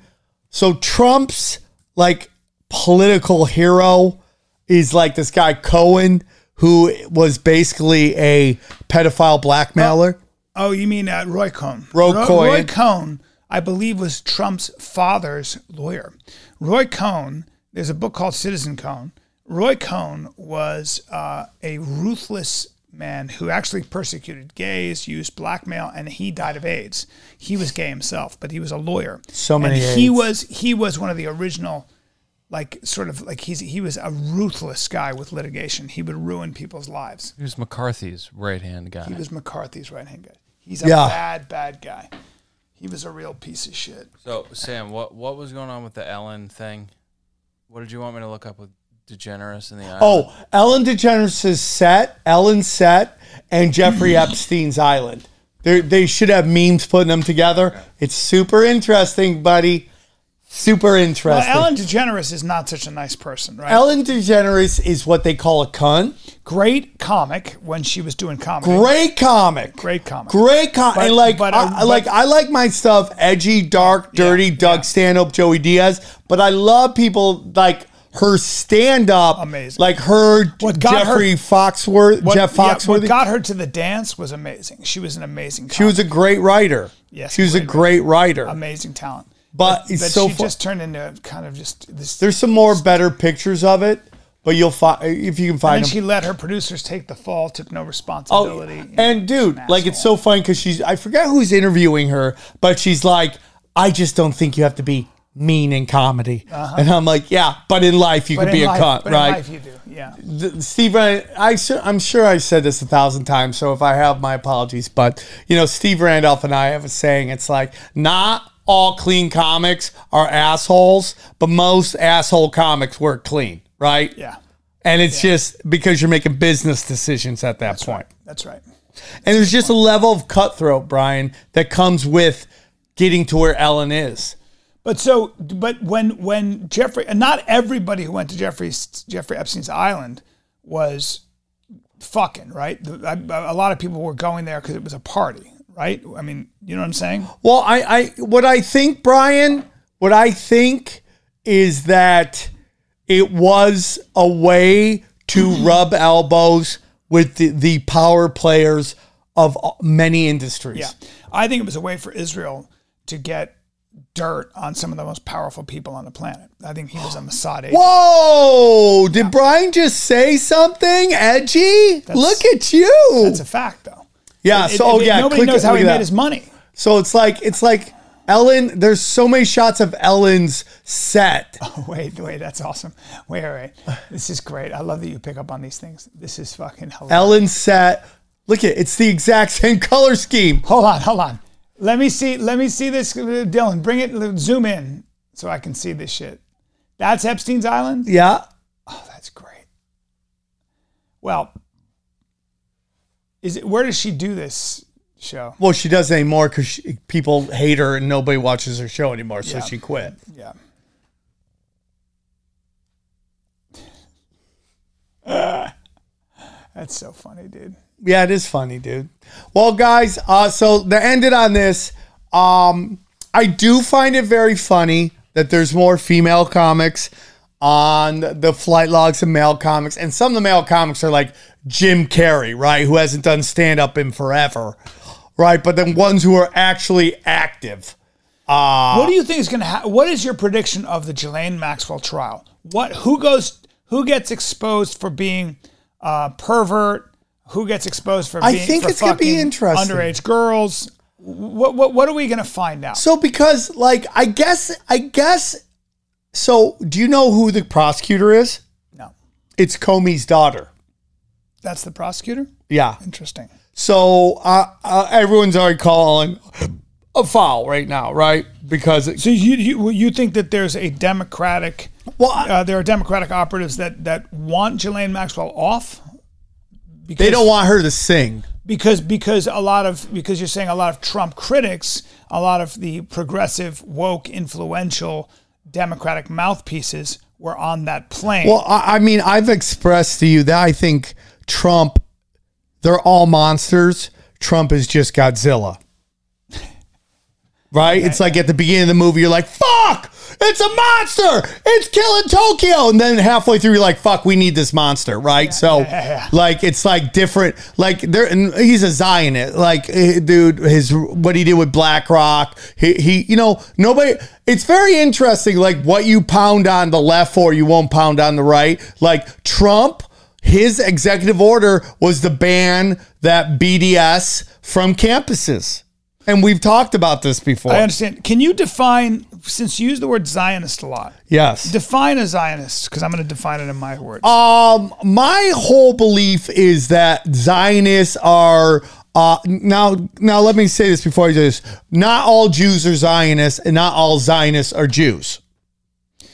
Speaker 3: So Trump's like political hero is like this guy Cohen who was basically a pedophile blackmailer.
Speaker 4: Oh, you mean uh, Roy Cohn?
Speaker 3: Roy
Speaker 4: Roy,
Speaker 3: Cohen.
Speaker 4: Roy Cohn, I believe, was Trump's father's lawyer. Roy Cohn. There's a book called Citizen Cohn. Roy Cohn was uh, a ruthless man who actually persecuted gays, used blackmail, and he died of AIDS. He was gay himself, but he was a lawyer.
Speaker 3: So
Speaker 4: And
Speaker 3: many
Speaker 4: he
Speaker 3: AIDS.
Speaker 4: was he was one of the original like sort of like he's he was a ruthless guy with litigation. He would ruin people's lives.
Speaker 5: He was McCarthy's right hand guy.
Speaker 4: He was McCarthy's right hand guy. He's a
Speaker 3: Yeah.
Speaker 4: bad, bad guy. He was a real piece of shit.
Speaker 5: so Sam, what what was going on with the Ellen thing? What did you want me to look up with DeGeneres and the island?
Speaker 3: Oh, Ellen DeGeneres' set, Ellen's set, and
Speaker 4: [CLEARS THROAT]
Speaker 3: Jeffrey Epstein's island. They're, they should have memes putting them together. It's super interesting, buddy. Super
Speaker 4: Well,
Speaker 3: interesting.
Speaker 4: Ellen DeGeneres is not such a nice person, right?
Speaker 3: Ellen DeGeneres is what they call a cunt.
Speaker 4: Great comic when she was doing comedy.
Speaker 3: Great comic.
Speaker 4: Great comic.
Speaker 3: Great comic.
Speaker 4: But-
Speaker 3: and like,
Speaker 4: but, uh,
Speaker 3: I, I like,
Speaker 4: but-
Speaker 3: I like my stuff edgy, dark, dirty. Doug Stanhope, Joey Diaz. But I love people like her stand up.
Speaker 4: Amazing.
Speaker 3: Like her
Speaker 4: What got her-
Speaker 3: Jeffrey Foxworth.
Speaker 4: What,
Speaker 3: Jeff
Speaker 4: yeah, what
Speaker 3: Foxworthy.
Speaker 4: got her to the dance was amazing. She was an amazing comic.
Speaker 3: She was a great writer.
Speaker 4: Yes,
Speaker 3: she was a great writer.
Speaker 4: amazing talent.
Speaker 3: But it's
Speaker 4: but
Speaker 3: so
Speaker 4: she
Speaker 3: fu-
Speaker 4: just turned into kind of just this.
Speaker 3: There's some more better pictures of it, but you'll find if you can
Speaker 4: and
Speaker 3: find
Speaker 4: then
Speaker 3: them.
Speaker 4: she let her producers take the fall, took no
Speaker 3: Oh,
Speaker 4: responsibility.
Speaker 3: and dude,
Speaker 4: an
Speaker 3: like it's so funny because she's I forget who's interviewing her, but she's like, I just don't think you have to be mean in comedy, and I'm like, yeah, but in life you
Speaker 4: Uh-huh. But
Speaker 3: could
Speaker 4: in
Speaker 3: be a
Speaker 4: life-
Speaker 3: cunt,
Speaker 4: but In
Speaker 3: right?
Speaker 4: life you do, yeah.
Speaker 3: Th- Steve, Rand, I su- I'm sure I said this a thousand times, so if I have, my apologies. But you know, Steve Randolph and I have a saying. It's like not all clean comics are assholes, but most asshole comics work clean, right?
Speaker 4: Yeah.
Speaker 3: And it's just because you're making business decisions at that point.
Speaker 4: That's right.
Speaker 3: And there's just a level of cutthroat, Brian, that comes with getting to where Ellen is.
Speaker 4: But so, but when when Jeffrey, and not everybody who went to Jeffrey's Jeffrey Epstein's island was fucking right. The- I- A lot of people were going there because it was a party, right? I mean, you know what I'm saying?
Speaker 3: Well, I, I what I think, Brian, what I think is that it was a way
Speaker 4: [CLEARS THROAT]
Speaker 3: to rub elbows with the, the power players of uh, many industries.
Speaker 4: Yeah, I think it was a way for Israel to get dirt on some of the most powerful people on the planet. I think he was a Mossad agent.
Speaker 3: Whoa! Oh, Did Brian just say something edgy? Look at you.
Speaker 4: It's a fact, though.
Speaker 3: yeah.
Speaker 4: It-
Speaker 3: so oh,
Speaker 4: it-
Speaker 3: yeah,
Speaker 4: nobody
Speaker 3: click
Speaker 4: knows
Speaker 3: it,
Speaker 4: how
Speaker 3: look
Speaker 4: he
Speaker 3: at
Speaker 4: made
Speaker 3: that.
Speaker 4: his money. [LAUGHS]
Speaker 3: So it's like it's like Ellen, there's so many shots of Ellen's
Speaker 4: [LAUGHS]
Speaker 3: set.
Speaker 4: Wait, wait, that's awesome. Wait, wait, wait. This is great. I love that you pick up on these things. This is fucking hilarious.
Speaker 3: Ellen's set. Look at it's the exact [LAUGHS] same color scheme.
Speaker 4: hold on, hold on. Let me see. Let me see this, uh, Dylan. Bring it. Zoom in so I can see this shit. That's Epstein's Island.
Speaker 3: Yeah.
Speaker 4: Oh, that's great. Well, is it? Where does she do this show?
Speaker 3: Well, she does anymore because people hate her and nobody watches her show anymore, so
Speaker 4: Yeah.
Speaker 3: she quit.
Speaker 4: Yeah. [LAUGHS] that's so funny, dude.
Speaker 3: Yeah, it is funny, dude. Well, guys, uh, so to end it on this, um, I do find it very funny that there's more female comics on the flight logs and male comics, and some of the male comics are like Jim Carrey, right, who hasn't done stand up in forever, right? But then ones who are actually active.
Speaker 4: What do you think is going to happen? What is your prediction of the Jelaine Maxwell trial? What who goes who gets exposed for being a pervert? Who gets exposed for?
Speaker 3: I
Speaker 4: being,
Speaker 3: think
Speaker 4: for
Speaker 3: it's gonna be
Speaker 4: fucking
Speaker 3: interesting.
Speaker 4: Underage girls. What what what are we going to find out?
Speaker 3: So because like I guess I guess so do you know who the prosecutor is?
Speaker 4: no,
Speaker 3: It's Comey's daughter.
Speaker 4: that's the prosecutor.
Speaker 3: Yeah.
Speaker 4: Interesting.
Speaker 3: So uh, uh, everyone's already calling a foul right now, right? Because it,
Speaker 4: So you you you think that there's a democratic
Speaker 3: well, I-
Speaker 4: uh, there are democratic operatives that that want Jelaine Maxwell off? Because,
Speaker 3: they don't want her to sing.
Speaker 4: because because a lot of because you're saying a lot of Trump critics, a lot of the progressive, woke, influential Democratic mouthpieces were on that plane.
Speaker 3: Well, I, I mean, I've expressed to you that I think Trump, they're all monsters. Trump is just Godzilla. Right? it's like at the beginning of the movie, you're like, fuck, it's a monster. It's killing Tokyo. And then halfway through, you're like, fuck, we need this monster. Right? so, like, it's like different. Like, there, and he's a Zionist. Like, eh, dude, his what he did with BlackRock. He, he, you know, nobody. It's very interesting, like, what you pound on the left for, you won't pound on the right. Like, Trump his executive order was to ban that BDS from campuses. And we've talked about this before.
Speaker 4: I understand. Can you define since you use the word Zionist a lot?
Speaker 3: yes.
Speaker 4: Define a Zionist because I'm going to define it in my words.
Speaker 3: Um, my whole belief is that Zionists are uh, now. Now, let me say this before I do this: not all Jews are Zionists, and not all Zionists are Jews.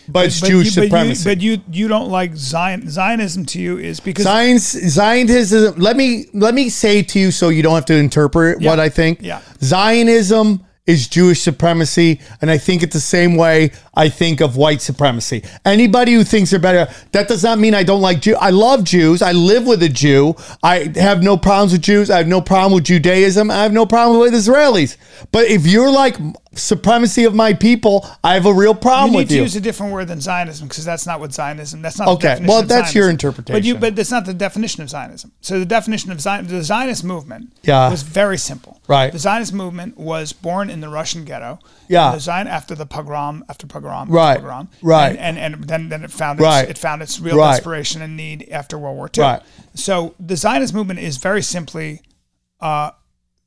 Speaker 3: But, it's Jewish
Speaker 4: you,
Speaker 3: supremacy.
Speaker 4: But you, but you you don't like Zion, Zionism to you is because
Speaker 3: Science, Zionism. Let me let me say to you, so you don't have to interpret what I think.
Speaker 4: Yeah.
Speaker 3: Zionism is Jewish supremacy, and I think it the same way I think of white supremacy. Anybody who thinks they're better, that does not mean I don't like Jew. I love Jews. I live with a Jew. I have no problems with Jews. I have no problem with Judaism. I have no problem with Israelis. But if you're like supremacy of my people, I have a real problem
Speaker 4: you need
Speaker 3: with
Speaker 4: to
Speaker 3: you.
Speaker 4: use a different word than Zionism because that's not what Zionism. That's not
Speaker 3: Okay,
Speaker 4: The definition
Speaker 3: well,
Speaker 4: of
Speaker 3: that's your
Speaker 4: Zionism. But you,
Speaker 3: interpretation.
Speaker 4: but that's not the definition of Zionism. So the definition of Zion, the Zionist movement,
Speaker 3: Yeah.
Speaker 4: was very simple.
Speaker 3: Right.
Speaker 4: The Zionist movement was born in the Russian ghetto.
Speaker 3: Yeah.
Speaker 4: The Zion after the pogrom, after pogrom,
Speaker 3: Right,
Speaker 4: after pogrom,
Speaker 3: right.
Speaker 4: and and, and then, then it found its,
Speaker 3: Right.
Speaker 4: it found its real
Speaker 3: Right.
Speaker 4: desperation and need after World War II.
Speaker 3: Right.
Speaker 4: So the Zionist movement is very simply. Uh,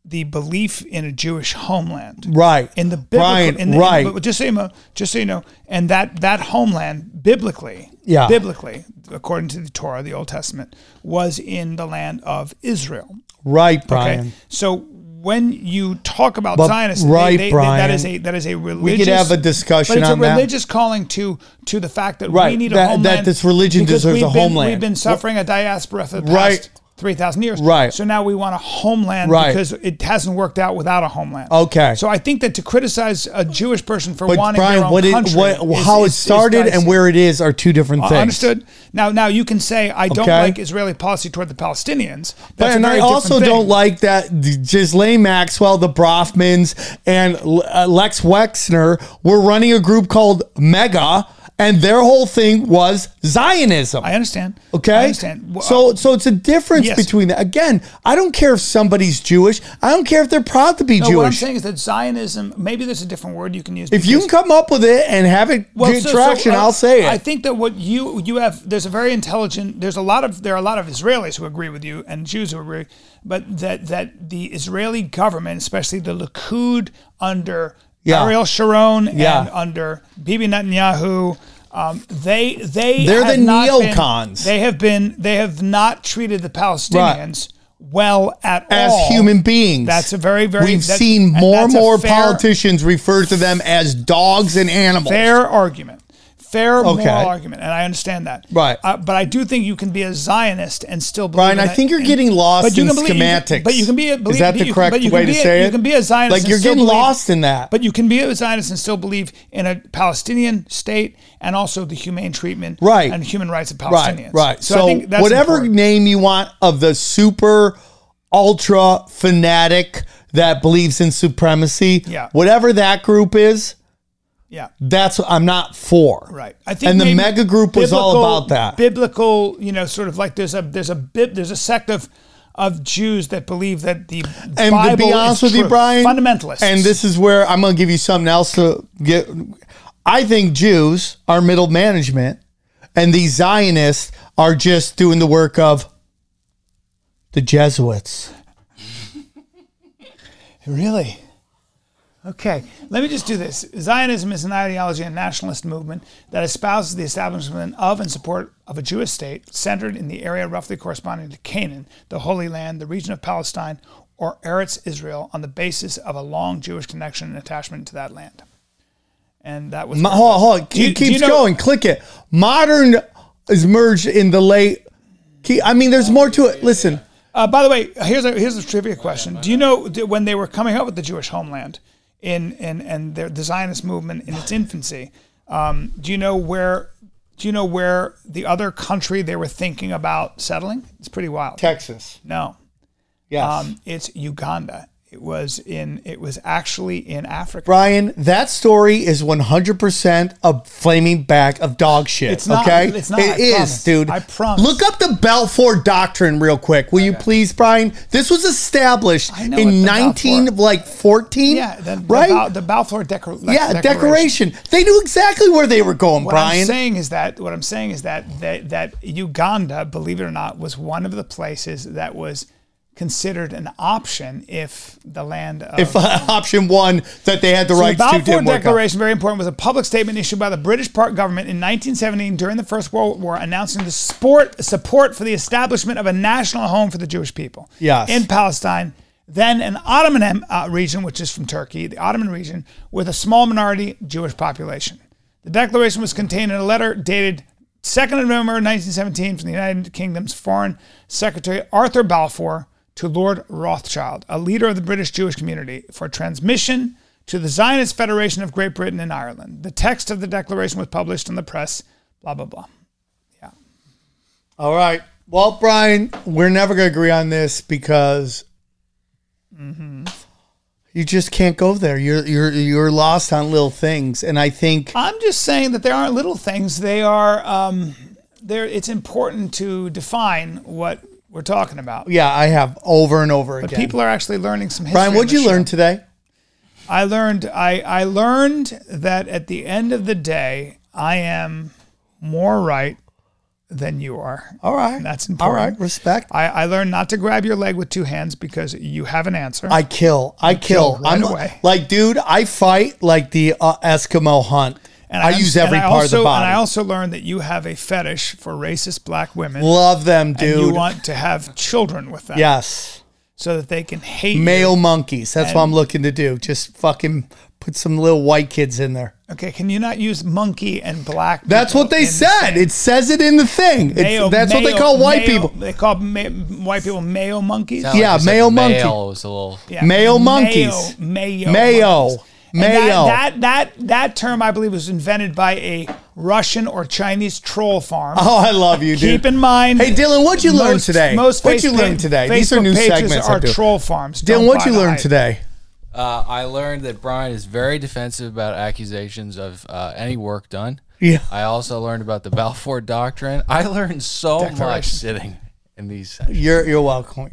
Speaker 4: the belief in a Jewish homeland,
Speaker 3: Right.
Speaker 4: In the biblical,
Speaker 3: Brian,
Speaker 4: in the,
Speaker 3: right.
Speaker 4: but just so you know, just so you know, and that that homeland biblically,
Speaker 3: Yeah.
Speaker 4: biblically, according to the Torah, the Old Testament, was in the land of Israel.
Speaker 3: right,
Speaker 4: Okay,
Speaker 3: Brian.
Speaker 4: so when you talk about
Speaker 3: But-
Speaker 4: Zionists,
Speaker 3: right,
Speaker 4: that
Speaker 3: Brian.
Speaker 4: is a that is a religious.
Speaker 3: have a discussion
Speaker 4: but it's
Speaker 3: on
Speaker 4: a
Speaker 3: that.
Speaker 4: religious calling to to the fact that we
Speaker 3: Right,
Speaker 4: need a
Speaker 3: that- that
Speaker 4: homeland.
Speaker 3: this religion
Speaker 4: because
Speaker 3: deserves
Speaker 4: we've
Speaker 3: a
Speaker 4: been-
Speaker 3: homeland.
Speaker 4: We've been suffering a diaspora for the past
Speaker 3: Right.
Speaker 4: three thousand years.
Speaker 3: Right.
Speaker 4: So now we want a homeland
Speaker 3: Right.
Speaker 4: because it hasn't worked out without a homeland.
Speaker 3: Okay.
Speaker 4: So I think that to criticize a Jewish person for
Speaker 3: But
Speaker 4: wanting their
Speaker 3: Brian,
Speaker 4: own
Speaker 3: what it,
Speaker 4: country,
Speaker 3: what,
Speaker 4: is-
Speaker 3: how it
Speaker 4: is- is
Speaker 3: started and
Speaker 4: dicey.
Speaker 3: where it is are two different
Speaker 4: Uh,
Speaker 3: things.
Speaker 4: Understood. Now, now you can say I don't
Speaker 3: Okay.
Speaker 4: like Israeli policy toward the Palestinians.
Speaker 3: But,
Speaker 4: That's
Speaker 3: and
Speaker 4: a very
Speaker 3: I also
Speaker 4: different thing.
Speaker 3: don't like that Ghislaine Maxwell, the Brofmans, and L- uh, Lex Wexner were running a group called Mega, and their whole thing was Zionism.
Speaker 4: I understand.
Speaker 3: Okay.
Speaker 4: I understand. Well, uh,
Speaker 3: So so it's a difference
Speaker 4: Yes.
Speaker 3: between that. Again, I don't care if somebody's Jewish. I don't care if they're proud to be
Speaker 4: No, what I'm
Speaker 3: Jewish.
Speaker 4: saying is that Zionism. Maybe there's a different word you can use.
Speaker 3: If you
Speaker 4: because-
Speaker 3: can come up with it and have it
Speaker 4: Well,
Speaker 3: get
Speaker 4: so- so,
Speaker 3: traction,
Speaker 4: uh,
Speaker 3: I'll say it.
Speaker 4: I think that what you you have there's a very intelligent. There's a lot of there are a lot of Israelis who agree with you and Jews who agree, but that that the Israeli government, especially the Likud under
Speaker 3: Yeah.
Speaker 4: Ariel Sharon,
Speaker 3: Yeah.
Speaker 4: and under Bibi Netanyahu. Um, they they
Speaker 8: They're
Speaker 4: have
Speaker 8: the
Speaker 4: not been-
Speaker 8: neocons.
Speaker 4: they have been they have not treated the Palestinians well at
Speaker 3: as
Speaker 4: all
Speaker 3: human beings.
Speaker 4: That's a very very.
Speaker 3: We've
Speaker 4: that's-
Speaker 3: seen
Speaker 4: and
Speaker 3: more and
Speaker 4: that's a
Speaker 3: more
Speaker 4: fair-
Speaker 3: politicians refer to them as dogs and animals.
Speaker 4: Fair argument. Fair
Speaker 3: Okay.
Speaker 4: moral argument, and I understand that.
Speaker 3: Right.
Speaker 4: Uh, but I do think you can be a Zionist and still believe.
Speaker 3: Brian,
Speaker 4: in
Speaker 3: I
Speaker 4: that-
Speaker 3: think you're
Speaker 4: in-
Speaker 3: getting lost
Speaker 4: but you
Speaker 3: in
Speaker 4: can believe- you can-
Speaker 3: schematics.
Speaker 4: but you can be a believe,
Speaker 3: Is that
Speaker 4: you
Speaker 3: the
Speaker 4: can-
Speaker 3: correct
Speaker 4: but you can
Speaker 3: way to
Speaker 4: be a-
Speaker 3: say it?
Speaker 4: You can be a Zionist.
Speaker 3: Like
Speaker 4: and
Speaker 3: you're
Speaker 4: still
Speaker 3: getting
Speaker 4: believe-
Speaker 3: lost in that.
Speaker 4: But you can be a Zionist and still believe in a Palestinian state and also the humane treatment
Speaker 3: Right.
Speaker 4: and human rights of
Speaker 3: right,
Speaker 4: Palestinians.
Speaker 3: right. So,
Speaker 4: I think that's
Speaker 3: whatever
Speaker 4: important.
Speaker 3: name you want of the super ultra fanatic that believes in supremacy,
Speaker 4: Yeah.
Speaker 3: whatever that group is,
Speaker 4: yeah.
Speaker 3: that's what I'm not for.
Speaker 4: Right. I think
Speaker 3: And the
Speaker 4: maybe
Speaker 3: mega group was all about that.
Speaker 4: Biblical, you know, sort of like there's a there's a bib, there's a sect of of Jews that believe that the
Speaker 3: and
Speaker 4: Bible
Speaker 3: to be
Speaker 4: is
Speaker 3: honest with you,
Speaker 4: true.
Speaker 3: Brian,
Speaker 4: fundamentalists.
Speaker 3: And this is where I'm going to give you something else to get. I think Jews are middle management, and these Zionists are just doing the work of the Jesuits.
Speaker 4: really. Okay, let me just do this. Zionism is an ideology and nationalist movement that espouses the establishment of and support of a Jewish state centered in the area roughly corresponding to Canaan, the Holy Land, the region of Palestine, or Eretz Israel on the basis of a long Jewish connection and attachment to that land. And that was
Speaker 3: Mo- hold, hold,
Speaker 4: Do you-
Speaker 3: it
Speaker 4: do you
Speaker 3: keeps
Speaker 4: know-
Speaker 3: going. Click it. Modern is merged in the late. Ke- I mean, there's more to it. Listen,
Speaker 4: Uh, by the way, here's a here's a trivia question. Do you know d- when they were coming up with the Jewish homeland in in and their, the Zionist movement in its infancy? Um, do you know where? Do you know where the other country they were thinking about settling? It's pretty wild.
Speaker 3: Texas.
Speaker 4: No,
Speaker 3: Yes.
Speaker 4: um, it's Uganda. It was in. It was actually in Africa.
Speaker 3: Brian, that story is 100% a flaming back of dog shit.
Speaker 4: It's not-
Speaker 3: Okay?
Speaker 4: it's not,
Speaker 3: It
Speaker 4: I
Speaker 3: is,
Speaker 4: promise.
Speaker 3: dude.
Speaker 4: I promise.
Speaker 3: Look up the Balfour Doctrine real quick, will you please, Brian? This was established
Speaker 4: I know
Speaker 3: in
Speaker 4: what the
Speaker 3: 19,
Speaker 4: Balfour-
Speaker 3: like 14.
Speaker 4: Yeah, the, the
Speaker 3: right?
Speaker 4: Bal- the Balfour Decor-
Speaker 3: yeah, decoration. They knew exactly where they were going,
Speaker 4: What
Speaker 3: Brian.
Speaker 4: I'm saying is that what I'm saying is that, that that Uganda, believe it or not, was one of the places that was considered an option if the land of
Speaker 3: if [LAUGHS] option one that they had the
Speaker 4: So
Speaker 3: rights
Speaker 4: the
Speaker 3: to
Speaker 4: Balfour
Speaker 3: didn't work out.
Speaker 4: Declaration, very important, was a public statement issued by the British part government in 1917 during the First World War, announcing the support support for the establishment of a national home for the Jewish people.
Speaker 3: Yes.
Speaker 4: in Palestine, then an Ottoman em- uh, region, which is from Turkey, the Ottoman region, with a small minority Jewish population. The declaration was contained in a letter dated 2nd of November 1917 from the United Kingdom's Foreign Secretary Arthur Balfour to Lord Rothschild, a leader of the British Jewish community, for transmission to the Zionist Federation of Great Britain and Ireland. The text of the declaration was published in the press, blah, blah, blah.
Speaker 3: All right. Well, Brian, we're never going to agree on this because
Speaker 4: Mm-hmm.
Speaker 3: you just can't go there. You're you're you're lost on little things, and I think
Speaker 4: I'm just saying that there aren't little things. They are. Um, there. It's important to define what we're talking about.
Speaker 3: yeah, I have over and over
Speaker 4: But
Speaker 3: again.
Speaker 4: people are actually learning some history.
Speaker 3: Brian,
Speaker 4: on
Speaker 3: what'd
Speaker 4: this
Speaker 3: you learn
Speaker 4: show.
Speaker 3: today?
Speaker 4: I learned. I I learned that at the end of the day, I am more right than you are.
Speaker 3: All right,
Speaker 4: That's
Speaker 3: all
Speaker 4: important.
Speaker 3: right. Respect.
Speaker 4: I, I learned not to grab your leg with two hands because you have an answer.
Speaker 3: I kill. I kill.
Speaker 4: kill right
Speaker 3: I'm
Speaker 4: away.
Speaker 3: like, dude, I fight like the uh, Eskimo hunt.
Speaker 4: And
Speaker 3: I
Speaker 4: I'm-
Speaker 3: use every
Speaker 4: and I
Speaker 3: part of
Speaker 4: also-
Speaker 3: the body.
Speaker 4: And I also learned that you have a fetish for racist black women.
Speaker 3: Love them,
Speaker 4: and you
Speaker 3: dude.
Speaker 4: want to have children with them.
Speaker 3: yes,
Speaker 4: so that they can hate you.
Speaker 3: male monkeys. That's what
Speaker 4: And-
Speaker 3: I'm looking to do. Just fucking put some little white kids in there.
Speaker 4: Okay, can you not use monkey and black?
Speaker 3: That's
Speaker 4: people
Speaker 3: what they
Speaker 4: in the
Speaker 3: said.
Speaker 4: same-
Speaker 3: It says it in the thing. It's,
Speaker 4: Mayo-
Speaker 3: that's what they
Speaker 4: mayo-
Speaker 3: call white
Speaker 4: mayo-
Speaker 3: people.
Speaker 4: They call ma- white people mayo monkeys.
Speaker 5: Sound like
Speaker 3: Yeah,
Speaker 5: Oh, you said
Speaker 3: male monkey.
Speaker 5: Male was a little.
Speaker 4: Yeah.
Speaker 3: Mayo monkeys.
Speaker 4: Mayo.
Speaker 3: Mayo.
Speaker 4: monkeys. And that-
Speaker 3: Mayo.
Speaker 4: That, that that term I believe was invented by a Russian or Chinese troll farm.
Speaker 3: Oh, I love you, dude.
Speaker 4: Keep in mind.
Speaker 3: Hey, Dylan, what'd you learn
Speaker 4: most-
Speaker 3: today?
Speaker 4: Most
Speaker 3: what'd you
Speaker 4: Facebook-
Speaker 3: learn today? These are
Speaker 4: Facebook
Speaker 3: new
Speaker 4: pages
Speaker 3: segments. I
Speaker 4: Are
Speaker 3: do.
Speaker 4: troll farms?
Speaker 3: Dylan,
Speaker 4: Don't
Speaker 3: what'd
Speaker 4: buy
Speaker 3: you
Speaker 4: the
Speaker 3: learn
Speaker 4: hype.
Speaker 3: today?
Speaker 5: Uh, I learned that Brian is very defensive about accusations of uh, any work done.
Speaker 3: Yeah.
Speaker 5: I also learned about the Balfour Doctrine. I learned so much
Speaker 4: Declaration.
Speaker 5: sitting in these sessions.
Speaker 3: You're you're welcome.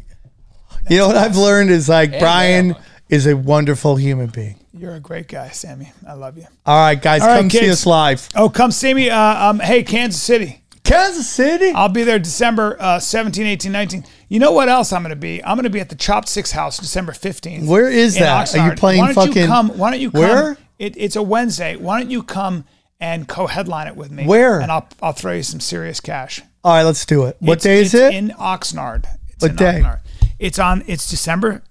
Speaker 3: You know what I've learned is like Brian
Speaker 5: mayo.
Speaker 3: is a wonderful human being.
Speaker 4: You're a great guy, Sammy. I love you.
Speaker 3: All right, guys,
Speaker 4: All right,
Speaker 3: come see
Speaker 4: kids.
Speaker 3: us live.
Speaker 4: Oh, come see me. Uh, um, hey, Kansas City.
Speaker 3: Kansas City.
Speaker 4: I'll be there December uh, 17, 18, 19. You know what else I'm going to be? I'm going to be at the Chopped Six House December 15th.
Speaker 3: Where is
Speaker 4: in
Speaker 3: that? Are
Speaker 4: Oxnard.
Speaker 3: you playing
Speaker 4: why don't
Speaker 3: fucking-
Speaker 4: You come, why don't you come?
Speaker 3: Where?
Speaker 4: It, it's a Wednesday. Why don't you come and co-headline it with me?
Speaker 3: Where?
Speaker 4: And I'll, I'll throw you some serious cash.
Speaker 3: All right, let's do it. What
Speaker 4: It's-
Speaker 3: day is it?
Speaker 4: it's In Oxnard. It's
Speaker 3: What
Speaker 4: in
Speaker 3: day?
Speaker 4: Oxnard. It's on. It's December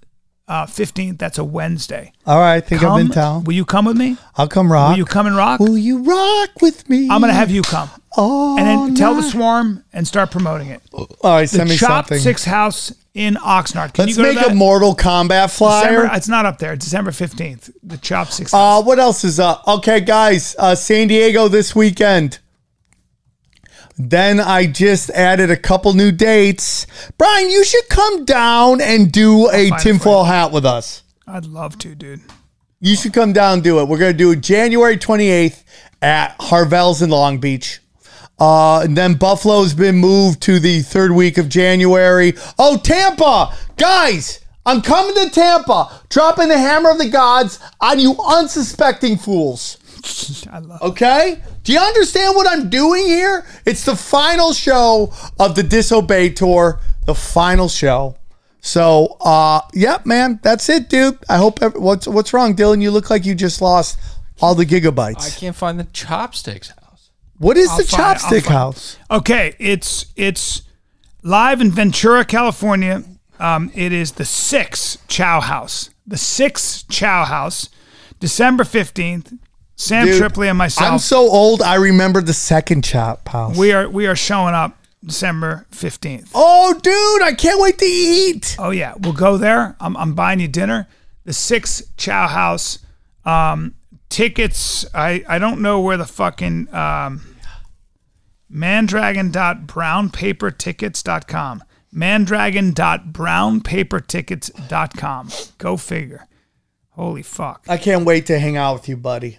Speaker 4: uh, fifteenth. That's a Wednesday.
Speaker 3: All right, I think I'm in town.
Speaker 4: Will you come with me?
Speaker 3: I'll come rock.
Speaker 4: Will you come and rock?
Speaker 3: Will you rock with me?
Speaker 4: I'm gonna have you come.
Speaker 3: Oh,
Speaker 4: and then tell the swarm and start promoting it.
Speaker 3: All right, send me
Speaker 4: the Chop
Speaker 3: something.
Speaker 4: Six House in Oxnard. Can
Speaker 3: Let's
Speaker 4: you go
Speaker 3: make
Speaker 4: to that?
Speaker 3: a Mortal Kombat flyer.
Speaker 4: December, it's not up there. It's December fifteenth. The Chop Six.
Speaker 3: Uh, what else is up? Okay, guys, uh, San Diego this weekend. Then I just added a couple new dates. Brian, you should come down and do a
Speaker 4: find it
Speaker 3: tinfoil
Speaker 4: for
Speaker 3: hat with us.
Speaker 4: I'd love to, dude.
Speaker 3: You should come down and do it. We're going to do it January 28th at Harvell's in Long Beach. Uh, and then Buffalo's been moved to the third week of January. Oh, Tampa! Guys, I'm coming to Tampa, dropping the hammer of the gods on you unsuspecting fools.
Speaker 4: I love.
Speaker 3: Okay? Do you understand what I'm doing here? It's the final show of the Disobey Tour, the final show. So, uh, yep, man, that's it, dude. I hope every, what's what's wrong, Dylan? You look like you just lost all the
Speaker 5: I
Speaker 3: gigabytes.
Speaker 5: can't find the chopsticks house.
Speaker 3: What is the
Speaker 4: find it, I'll
Speaker 3: chopstick
Speaker 4: find it.
Speaker 3: house?
Speaker 4: Okay, it's it's live in Ventura, California. Um, it is the Six Chow House. The Six Chow House, December fifteenth. Sam
Speaker 3: Dude,
Speaker 4: Tripley and myself.
Speaker 3: I'm so old. I remember the second chop house.
Speaker 4: we are we are showing up December fifteenth.
Speaker 3: oh, dude, I can't wait to eat.
Speaker 4: Oh yeah, we'll go there. I'm, I'm buying you dinner. The Six Chow House um, tickets. I I don't know where the fucking um, mandragon.brownpapertickets.com. Mandragon.brownpapertickets.com. Go figure. Holy fuck.
Speaker 3: I can't wait to hang out with you, buddy.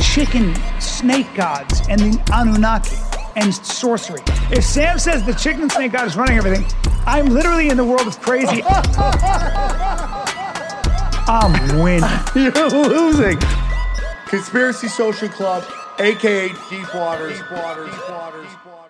Speaker 1: [LAUGHS]
Speaker 2: chicken snake gods and the Anunnaki and sorcery. If Sam says the chicken snake god is running everything, I'm literally in the world of crazy. [LAUGHS] I'm winning.
Speaker 1: You're losing.
Speaker 3: Conspiracy Social Club, aka Deep Waters. Deep Waters. Deep Waters. Deep Waters.